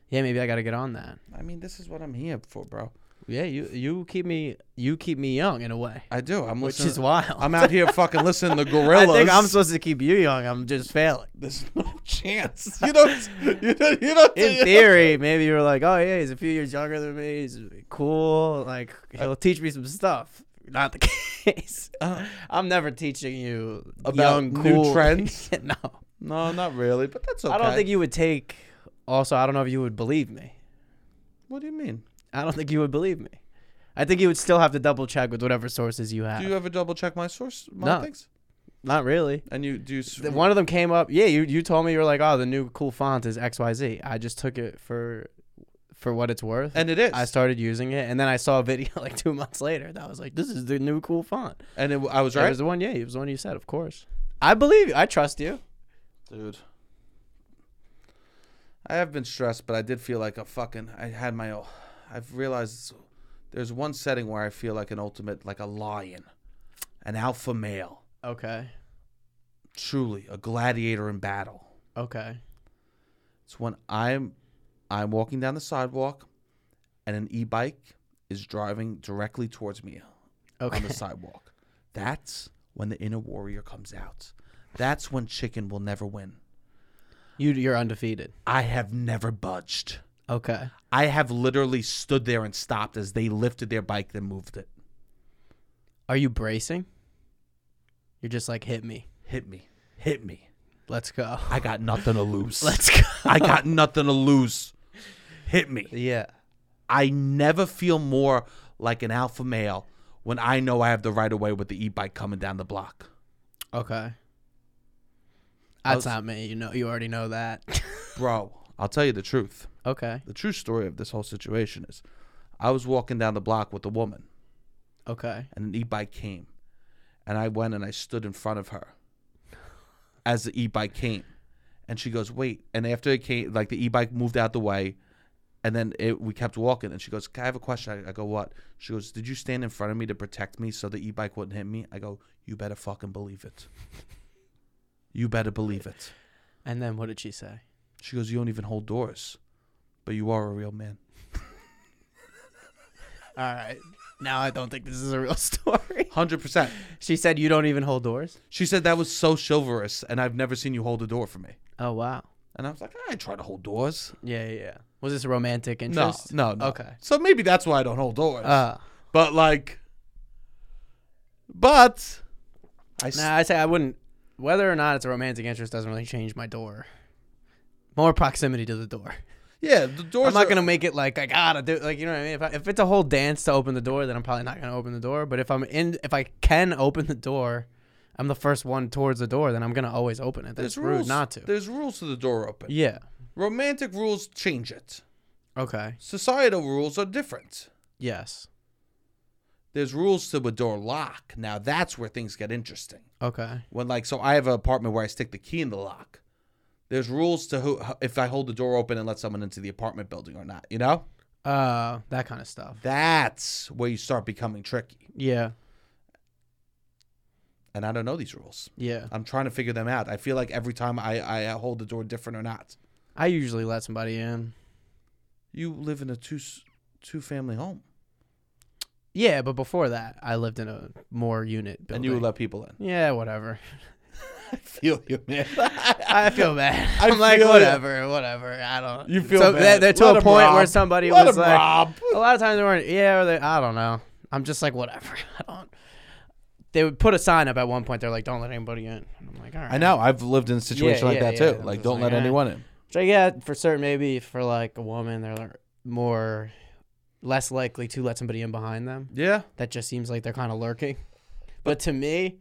Speaker 2: Yeah, maybe I got to get on that.
Speaker 1: i mean this is what i'm here for bro
Speaker 2: Yeah, you you keep me you keep me young in a way,
Speaker 1: i do i'm
Speaker 2: which
Speaker 1: listening
Speaker 2: is wild.
Speaker 1: i'm out here fucking listening to
Speaker 2: I
Speaker 1: gorillas
Speaker 2: think I'm supposed to keep you young. I'm just failing.
Speaker 1: there's no chance you don't you don't you don't
Speaker 2: In theory, maybe you were like, oh yeah, he's a few years younger than me. He's cool. Like he'll teach me some stuff. Not the case.
Speaker 1: Uh,
Speaker 2: I'm never teaching you
Speaker 1: About
Speaker 2: young,
Speaker 1: new
Speaker 2: cool
Speaker 1: trends?
Speaker 2: no,
Speaker 1: no not really but that's okay
Speaker 2: I don't think you would take. Also, I don't know if you would believe me.
Speaker 1: what do you mean
Speaker 2: I don't think you would believe me. I think you would still have to double check with whatever sources you have.
Speaker 1: do you ever double check my source my
Speaker 2: Uh, No.
Speaker 1: things
Speaker 2: Not really.
Speaker 1: and you do you s-
Speaker 2: The- One of them came up. Yeah, you, you told me you were like, oh, the new cool font is X Y Z. I just took it for for what it's worth.
Speaker 1: and it is
Speaker 2: I started using it, and then I saw a video like two months later that was like, "This is the new cool font."
Speaker 1: and it, i was
Speaker 2: It
Speaker 1: right
Speaker 2: was the one. Yeah, it was the one you said. Of course, I believe you. I trust you.
Speaker 1: Dude. I have been stressed, but I did feel like a fucking. I had my. o- I've realized there's one setting where I feel like an ultimate, like a lion, an alpha male,
Speaker 2: Okay.
Speaker 1: truly a gladiator in battle.
Speaker 2: Okay.
Speaker 1: It's when I'm, I'm walking down the sidewalk, and an e-bike is driving directly towards me on
Speaker 2: Okay.
Speaker 1: the sidewalk. That's when the inner warrior comes out. That's when chicken will never win.
Speaker 2: You you're undefeated.
Speaker 1: I have never budged.
Speaker 2: Okay.
Speaker 1: I have literally stood there and stopped as they lifted their bike then moved it.
Speaker 2: Are you bracing? You're just like hit me.
Speaker 1: Hit me. Hit me.
Speaker 2: Let's go.
Speaker 1: I got nothing to lose.
Speaker 2: Let's go.
Speaker 1: I got nothing to lose. Hit me.
Speaker 2: yeah.
Speaker 1: I never feel more like an alpha male when I know I have the right of way with the e bike coming down the block.
Speaker 2: Okay.
Speaker 1: I
Speaker 2: That's
Speaker 1: was-
Speaker 2: not me. You know, you already know that.
Speaker 1: Bro, I'll tell you the truth.
Speaker 2: okay.
Speaker 1: The true story of this whole situation is I was walking down the block with a woman
Speaker 2: Okay.
Speaker 1: and an e bike came. And I went and I stood in front of her as the e bike came. And she goes, Wait. And after it came, like the e bike moved out the way. And then it, we kept walking. And she goes, I have a question. I, I go, What? She goes, Did you stand in front of me to protect me so the e bike wouldn't hit me? I go, You better fucking believe it. You better believe it.
Speaker 2: And then what did she say?
Speaker 1: She goes, You don't even hold doors, but you are a real man.
Speaker 2: All right. Now I don't think this is a real story.
Speaker 1: 100%.
Speaker 2: She said you don't even hold doors.
Speaker 1: She said, That was so chivalrous. And I've never seen you hold a door for me.
Speaker 2: Oh wow.
Speaker 1: And I was like, I try to hold doors.
Speaker 2: Yeah, yeah. yeah. Was this a romantic
Speaker 1: No,
Speaker 2: interest?
Speaker 1: no, no.
Speaker 2: Okay.
Speaker 1: So maybe that's why I don't hold doors.
Speaker 2: Uh,
Speaker 1: but like, but I s-
Speaker 2: nah, I say I wouldn't. Whether or not it's a romantic interest doesn't really change my door. More proximity to the door.
Speaker 1: yeah, the doors.
Speaker 2: I'm not
Speaker 1: are-
Speaker 2: gonna make it like I gotta do like you know what I mean. If, I, if it's a whole dance to open the door, then I'm probably not gonna open the door. But if I'm in, if I can open the door, I'm the first one towards the door. Then I'm gonna always open it. That's
Speaker 1: There's
Speaker 2: rude
Speaker 1: rules
Speaker 2: not to.
Speaker 1: There's rules to the door open.
Speaker 2: yeah.
Speaker 1: Romantic rules change it.
Speaker 2: Okay.
Speaker 1: Societal rules are different.
Speaker 2: Yes.
Speaker 1: There's rules to a door lock. Now that's where things get interesting.
Speaker 2: Okay.
Speaker 1: When like, so I have an apartment where I stick the key in the lock. There's rules to who if I hold the door open and let someone into the apartment building or not. You know,
Speaker 2: Uh, that kind of stuff.
Speaker 1: that's where you start becoming tricky.
Speaker 2: Yeah.
Speaker 1: and I don't know these rules.
Speaker 2: Yeah.
Speaker 1: I'm trying to figure them out. I feel like every time I, I hold the door different or not.
Speaker 2: I usually let somebody in.
Speaker 1: You live in a two two family home,
Speaker 2: Yeah, but before that, I lived in a more unit building.
Speaker 1: and you would let people in.
Speaker 2: yeah, whatever.
Speaker 1: I feel you, man.
Speaker 2: I feel bad.
Speaker 1: I
Speaker 2: I'm like
Speaker 1: feel ya.
Speaker 2: whatever, whatever. I don't.
Speaker 1: You feel
Speaker 2: so
Speaker 1: bad.
Speaker 2: They're, they're to
Speaker 1: Let
Speaker 2: a
Speaker 1: 'em
Speaker 2: point where
Speaker 1: rob.
Speaker 2: somebody
Speaker 1: Let
Speaker 2: was
Speaker 1: 'em
Speaker 2: like,
Speaker 1: rob.
Speaker 2: a lot of times they weren't. Yeah, or they, I don't know. I'm just like whatever. I don't. They would put a sign up at one point. They're like, "Don't let anybody in." And I'm like, "All right."
Speaker 1: I know. I've lived in a situation
Speaker 2: Yeah,
Speaker 1: like
Speaker 2: yeah,
Speaker 1: that
Speaker 2: yeah.
Speaker 1: too.
Speaker 2: I'm
Speaker 1: Like,
Speaker 2: just
Speaker 1: don't let
Speaker 2: like, eh.
Speaker 1: anyone in.
Speaker 2: Which I get for certain. Maybe for like a woman, they're like more less likely to let somebody in behind them.
Speaker 1: Yeah.
Speaker 2: That just seems like they're kind of lurking. But to me,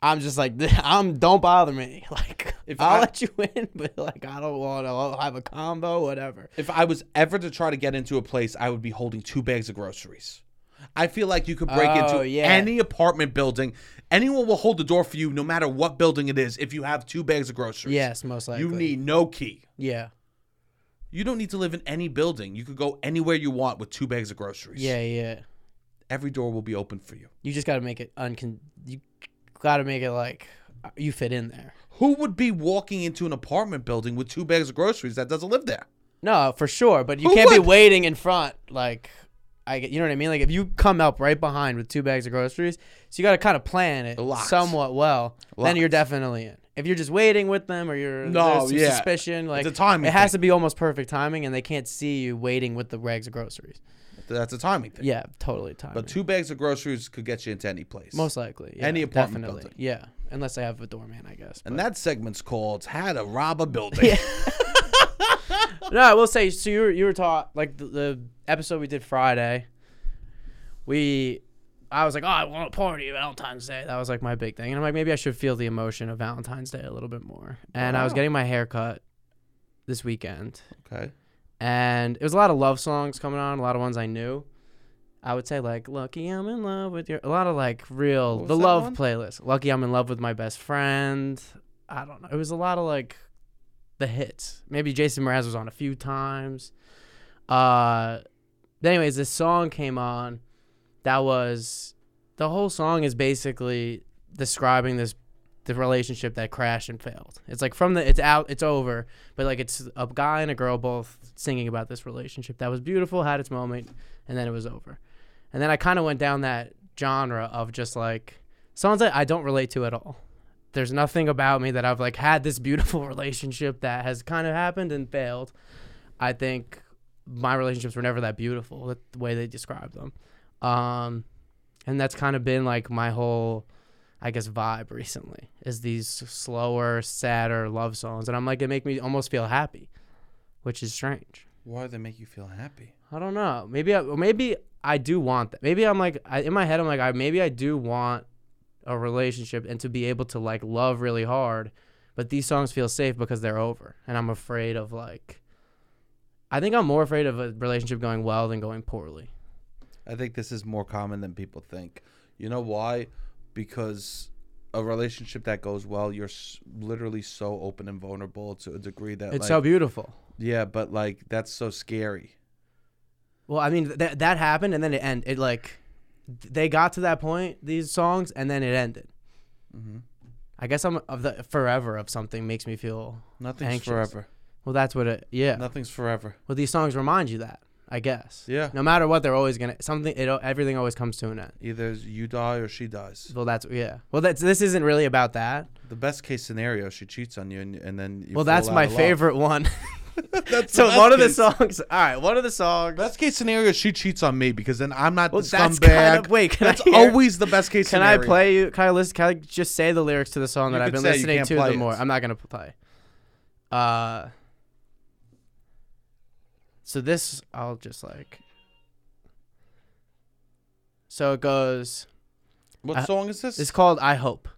Speaker 2: I'm just like, I'm don't bother me. Like,
Speaker 1: If
Speaker 2: I'll
Speaker 1: I-
Speaker 2: let you in, but like, I don't want to have a combo, whatever.
Speaker 1: If I was ever to try to get into a place, I would be holding two bags of groceries. I feel like you could break
Speaker 2: Oh,
Speaker 1: into
Speaker 2: yeah.
Speaker 1: any apartment building. Anyone will hold the door for you, no matter what building it is, if you have two bags of groceries.
Speaker 2: Yes, most likely.
Speaker 1: You need no key.
Speaker 2: Yeah.
Speaker 1: You don't need to live in any building. You could go anywhere you want with two bags of groceries.
Speaker 2: Yeah, yeah.
Speaker 1: Every door will be open for you.
Speaker 2: You just got to make it uncon. You got to make it like uh, you fit in there.
Speaker 1: Who would be walking into an apartment building with two bags of groceries that doesn't live there?
Speaker 2: No, for sure. But you
Speaker 1: Who
Speaker 2: can't
Speaker 1: would?
Speaker 2: be waiting in front. Like, I get, you know what I mean? Like, if you come up right behind with two bags of groceries, so you got to kind of plan it
Speaker 1: Locked.
Speaker 2: somewhat well, then
Speaker 1: Locked.
Speaker 2: you're definitely in. If you're just waiting with them or you're
Speaker 1: No,
Speaker 2: there's some
Speaker 1: yeah.
Speaker 2: suspicion, like,
Speaker 1: a timing
Speaker 2: it has to be almost perfect timing, and they can't see you waiting with the bags of groceries.
Speaker 1: That's a timing thing.
Speaker 2: Yeah, totally timing.
Speaker 1: But two bags of groceries could get you into any place.
Speaker 2: Most likely. Yeah,
Speaker 1: Any apartment
Speaker 2: definitely.
Speaker 1: building.
Speaker 2: Yeah, unless they have a doorman, I guess.
Speaker 1: and that segment's called How to Rob a Building.
Speaker 2: No, I will say. So you were, you were taught like the, the episode we did Friday. We, I was like, oh, I want to party Valentine's Day. That was like my big thing, and I'm like, maybe I should feel the emotion of Valentine's Day a little bit more. And I was
Speaker 1: Wow.
Speaker 2: getting my hair cut this weekend,
Speaker 1: Okay.
Speaker 2: and it was a lot of love songs coming on, a lot of ones I knew. I would say like "Lucky I'm in love with your" a lot of like real
Speaker 1: What
Speaker 2: the
Speaker 1: was that
Speaker 2: love
Speaker 1: one?
Speaker 2: playlist. "Lucky I'm in love with my best friend." I don't know. It was a lot of like the hits. Maybe Jason Mraz was on a few times. Uh, but anyways, this song came on. That was the whole song is basically describing this the relationship that crashed and failed. It's like from the it's out, it's over, but like it's a guy and a girl both singing about this relationship that was beautiful, had its moment, and then it was over. And then I kind of went down that genre of just like songs that I don't relate to at all. There's nothing about me that I've like had this beautiful relationship that has kind of happened and failed. I think my relationships were never that beautiful, that- the way they describe them. Um, and that's kind of been like my whole, I guess, vibe recently is these slower, sadder love songs. And I'm like, it make me almost feel happy, which is strange.
Speaker 1: Why do they make you feel happy?
Speaker 2: I don't know. Maybe I or maybe I do want that. Maybe I'm like I, in my head I'm like I maybe I do want a relationship and to be able to like love really hard, but these songs feel safe because they're over and I'm afraid of like I think I'm more afraid of a relationship going well than going poorly.
Speaker 1: I think this is more common than people think. You know why? Because a relationship that goes well, you're s- literally so open and vulnerable to a degree that
Speaker 2: It's
Speaker 1: like,
Speaker 2: so beautiful.
Speaker 1: yeah, but like that's so scary.
Speaker 2: Well, I mean that that happened and then it end it like they got to that point these songs and then it ended.
Speaker 1: Mm-hmm.
Speaker 2: I guess I'm of the forever of something makes me feel
Speaker 1: Nothing's
Speaker 2: Anxious.
Speaker 1: forever.
Speaker 2: well. That's what it yeah.
Speaker 1: Nothing's forever.
Speaker 2: Well, these songs remind you that I guess.
Speaker 1: Yeah.
Speaker 2: No matter what, they're always gonna something. It everything always comes to an end.
Speaker 1: Either you die or she dies.
Speaker 2: Well, that's yeah. Well, that's this isn't really about that.
Speaker 1: The best case scenario, she cheats on you, and, and then you
Speaker 2: well,
Speaker 1: fall
Speaker 2: that's
Speaker 1: out
Speaker 2: my
Speaker 1: of love.
Speaker 2: favorite one.
Speaker 1: that's
Speaker 2: so
Speaker 1: best
Speaker 2: one of the
Speaker 1: case-
Speaker 2: songs. All right, one of the songs.
Speaker 1: Best case scenario, she cheats on me because then I'm not
Speaker 2: well,
Speaker 1: the
Speaker 2: that's
Speaker 1: scumbag.
Speaker 2: kind of wait. Can
Speaker 1: that's
Speaker 2: I hear,
Speaker 1: always the best case
Speaker 2: Can
Speaker 1: scenario.
Speaker 2: I play you? Can I listen? Can I just say the lyrics to the song
Speaker 1: You
Speaker 2: that I've
Speaker 1: could
Speaker 2: been
Speaker 1: say, you
Speaker 2: listening
Speaker 1: can't
Speaker 2: to
Speaker 1: play
Speaker 2: the more?
Speaker 1: it.
Speaker 2: I'm not gonna play. Uh. So this, I'll just like. So it goes.
Speaker 1: What
Speaker 2: I-
Speaker 1: song is this?
Speaker 2: It's called "I Hope."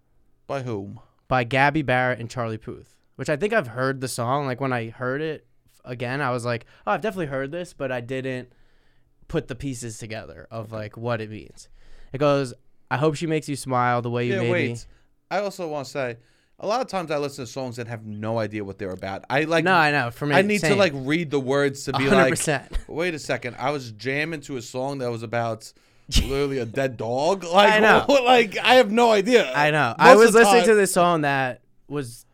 Speaker 1: By whom?
Speaker 2: by Gabby Barrett and Charlie Puth, which I think I've heard the song. Like when I heard it f- again, I was like, oh, I've definitely heard this, but I didn't put the pieces together of like what it means. It goes, I hope she makes you smile the way you
Speaker 1: yeah,
Speaker 2: made
Speaker 1: wait.
Speaker 2: me.
Speaker 1: I also want to say, a lot of times I listen to songs and have no idea what they're about. I like.
Speaker 2: No, I know. For me,
Speaker 1: I need to
Speaker 2: same.
Speaker 1: like read the words to be
Speaker 2: 100%.
Speaker 1: like, wait a second. I was jamming to a song that was about literally a dead dog. Like,
Speaker 2: I know.
Speaker 1: what- like I have no idea.
Speaker 2: I know.
Speaker 1: Most
Speaker 2: I
Speaker 1: of
Speaker 2: was
Speaker 1: the
Speaker 2: listening
Speaker 1: time-
Speaker 2: to this song that was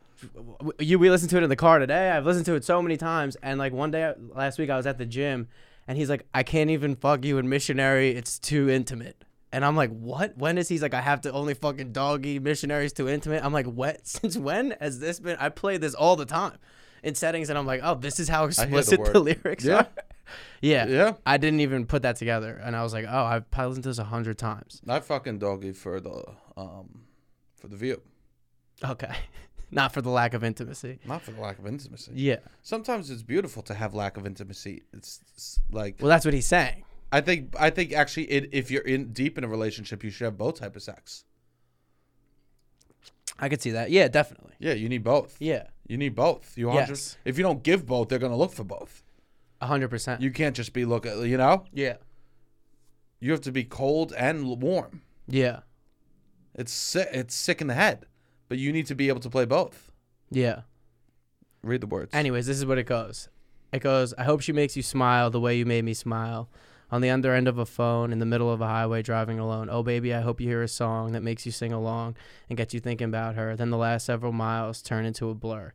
Speaker 2: w- you. We listened to it in the car today. I've listened to it so many times, and like one day last week, I was at the gym, and he's like, "I can't even fuck you in missionary. It's too intimate." And I'm like, "What? When is he's like, I have to only fucking doggy missionaries too intimate?" I'm like, "What? Since when has this been? I play this all the time in settings, and I'm like, oh, this is how
Speaker 1: the
Speaker 2: explicit the,
Speaker 1: word.
Speaker 2: lyrics
Speaker 1: Yeah.
Speaker 2: are." yeah.
Speaker 1: Yeah.
Speaker 2: I didn't even put that together, and I was like, "Oh, I've probably listened to this a hundred times."
Speaker 1: I fucking doggy for the um for the view,
Speaker 2: Okay, not for the lack of intimacy.
Speaker 1: not for the lack of intimacy.
Speaker 2: Yeah.
Speaker 1: Sometimes it's beautiful to have lack of intimacy. It's, it's like
Speaker 2: Well, that's what he's saying.
Speaker 1: I think I think actually it, if you're in deep in a relationship, you should have both type of sex.
Speaker 2: I could see that. Yeah, definitely.
Speaker 1: Yeah, you need both.
Speaker 2: Yeah,
Speaker 1: You need both. You yes.
Speaker 2: Yes.
Speaker 1: if you don't give both, they're gonna look for both.
Speaker 2: a hundred percent.
Speaker 1: You can't just be look. You know,
Speaker 2: Yeah.
Speaker 1: you have to be cold and l- warm.
Speaker 2: Yeah.
Speaker 1: It's sick. It's sick in the head, but you need to be able to play both.
Speaker 2: Yeah.
Speaker 1: Read the words.
Speaker 2: Anyways, this is what it goes. It goes. I hope she makes you smile the way you made me smile. On the under end of a phone, in the middle of a highway, driving alone. Oh, baby, I hope you hear a song that makes you sing along and gets you thinking about her. Then the last several miles turn into a blur.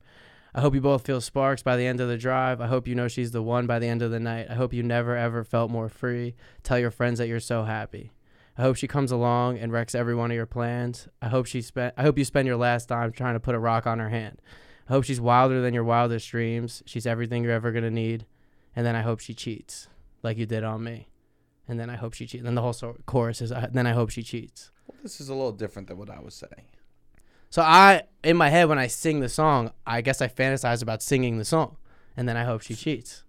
Speaker 2: I hope you both feel sparks by the end of the drive. I hope you know she's the one by the end of the night. I hope you never ever felt more free. Tell your friends that you're so happy. I hope she comes along and wrecks every one of your plans. I hope she spent I hope you spend your last dime trying to put a rock on her hand. I hope she's wilder than your wildest dreams. She's everything you're ever gonna need. And then I hope she cheats, like you did on me. And then I hope she cheats. Then the whole so- chorus is "I- then I hope she cheats.
Speaker 1: Well, this is a little different than what I was saying.
Speaker 2: So I in my head when I sing the song, I guess I fantasize about singing the song. And then I hope she cheats.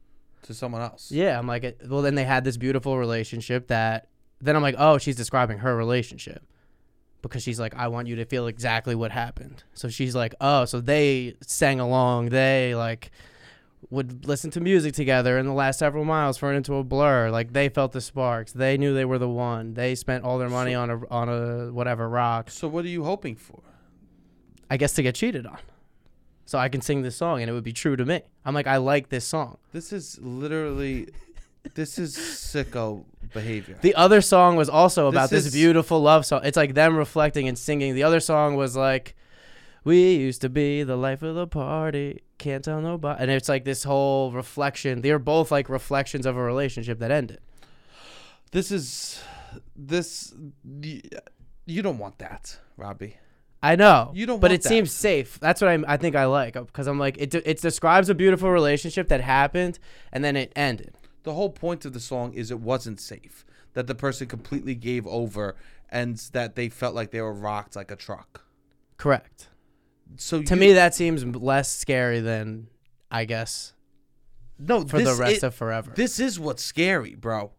Speaker 1: To someone else.
Speaker 2: Yeah, I'm like, it- well, then they had this beautiful relationship that then I'm like, oh, she's describing her relationship because she's like, I want you to feel exactly what happened. So she's like, oh, so they sang along, they like would listen to music together in the last several miles for into a blur like they felt the sparks they knew they were the one they spent all their money on a on a whatever rock
Speaker 1: So what are you hoping for?
Speaker 2: i guess to get cheated on so i can sing this song and it would be true to me i'm like i like this song
Speaker 1: This is literally, this is sicko behavior.
Speaker 2: The other song was also about this,
Speaker 1: is-
Speaker 2: beautiful love song. It's like them reflecting and singing. The other song was like, "We used to be the life of the party, can't tell nobody." And it's like this whole reflection. They're both like reflections of a relationship that ended.
Speaker 1: this is, this, you, you don't want that, Robbie.
Speaker 2: I know.
Speaker 1: You don't
Speaker 2: But
Speaker 1: want
Speaker 2: it
Speaker 1: that.
Speaker 2: seems safe. That's what I'm, I think I like because I'm like it. It describes a beautiful relationship that happened and then it ended.
Speaker 1: The whole point of the song is it wasn't safe. That the person completely gave over and that they felt like they were rocked like a truck.
Speaker 2: Correct.
Speaker 1: So
Speaker 2: To
Speaker 1: you-
Speaker 2: me, that seems less scary than I guess
Speaker 1: No,
Speaker 2: for
Speaker 1: this
Speaker 2: the rest
Speaker 1: is,
Speaker 2: of forever. This,
Speaker 1: this is what's scary, bro.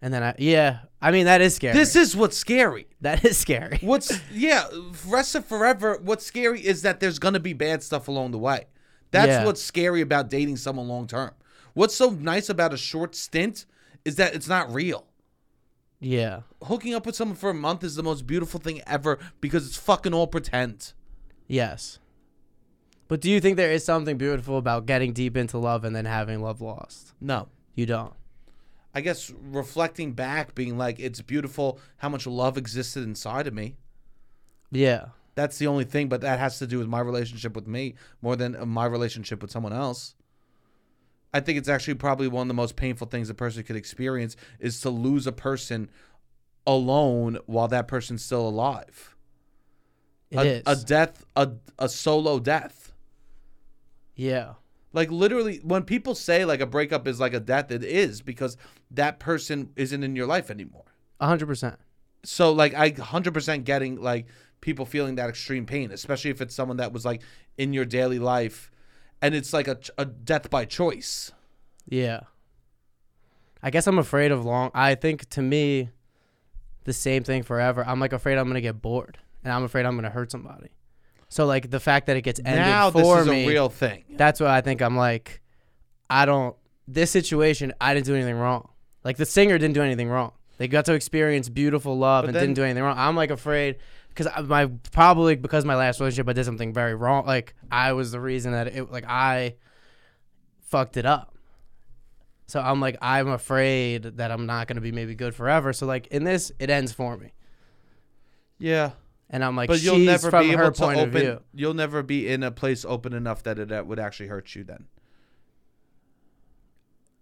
Speaker 2: and then I yeah, I mean that is scary.
Speaker 1: This is what's scary.
Speaker 2: that is scary.
Speaker 1: What's yeah, rest of forever. What's scary is that there's gonna be bad stuff along the way. That's
Speaker 2: Yeah.
Speaker 1: what's scary about dating someone long term. What's so nice about a short stint is that it's not real.
Speaker 2: Yeah,
Speaker 1: Hooking up with someone for a month is the most beautiful thing ever because it's fucking all pretend.
Speaker 2: yes. But do you think there is something beautiful about getting deep into love and then having love lost?
Speaker 1: No.
Speaker 2: You don't.
Speaker 1: I guess reflecting back, being like, it's beautiful how much love existed inside of me.
Speaker 2: Yeah.
Speaker 1: That's the only thing, but that has to do with my relationship with me more than uh, my relationship with someone else. I think it's actually probably one of the most painful things a person could experience is to lose a person alone while that person's still alive.
Speaker 2: it
Speaker 1: a,
Speaker 2: is.
Speaker 1: a death, a, a solo death.
Speaker 2: yeah.
Speaker 1: Like literally, when people say like a breakup is like a death, it is because that person isn't in your life anymore.
Speaker 2: A hundred percent.
Speaker 1: so like I 100% getting like people feeling that extreme pain, especially if it's someone that was like in your daily life and it's like a, ch- a death by choice.
Speaker 2: Yeah. I guess I'm afraid of long. I think to me, the same thing forever. I'm like afraid I'm gonna get bored, and I'm afraid I'm gonna hurt somebody. So like the fact that it gets ended
Speaker 1: now this
Speaker 2: for
Speaker 1: is
Speaker 2: me,
Speaker 1: a real thing.
Speaker 2: that's what I think. I'm like, I don't. This situation, I didn't do anything wrong. Like the singer didn't do anything wrong. They got to experience beautiful love
Speaker 1: But
Speaker 2: and
Speaker 1: then-
Speaker 2: didn't do anything wrong. I'm like afraid because my probably because my last relationship I did something very wrong. Like I was the reason that it like I fucked it up. So I'm like I'm afraid that I'm not gonna be maybe good forever. So like in this, it ends for me,
Speaker 1: Yeah.
Speaker 2: and I'm like,
Speaker 1: But you'll
Speaker 2: she's
Speaker 1: never
Speaker 2: from
Speaker 1: be
Speaker 2: her
Speaker 1: able to
Speaker 2: point of
Speaker 1: open
Speaker 2: view.
Speaker 1: you'll never be in a place open enough that it uh, would actually hurt you then.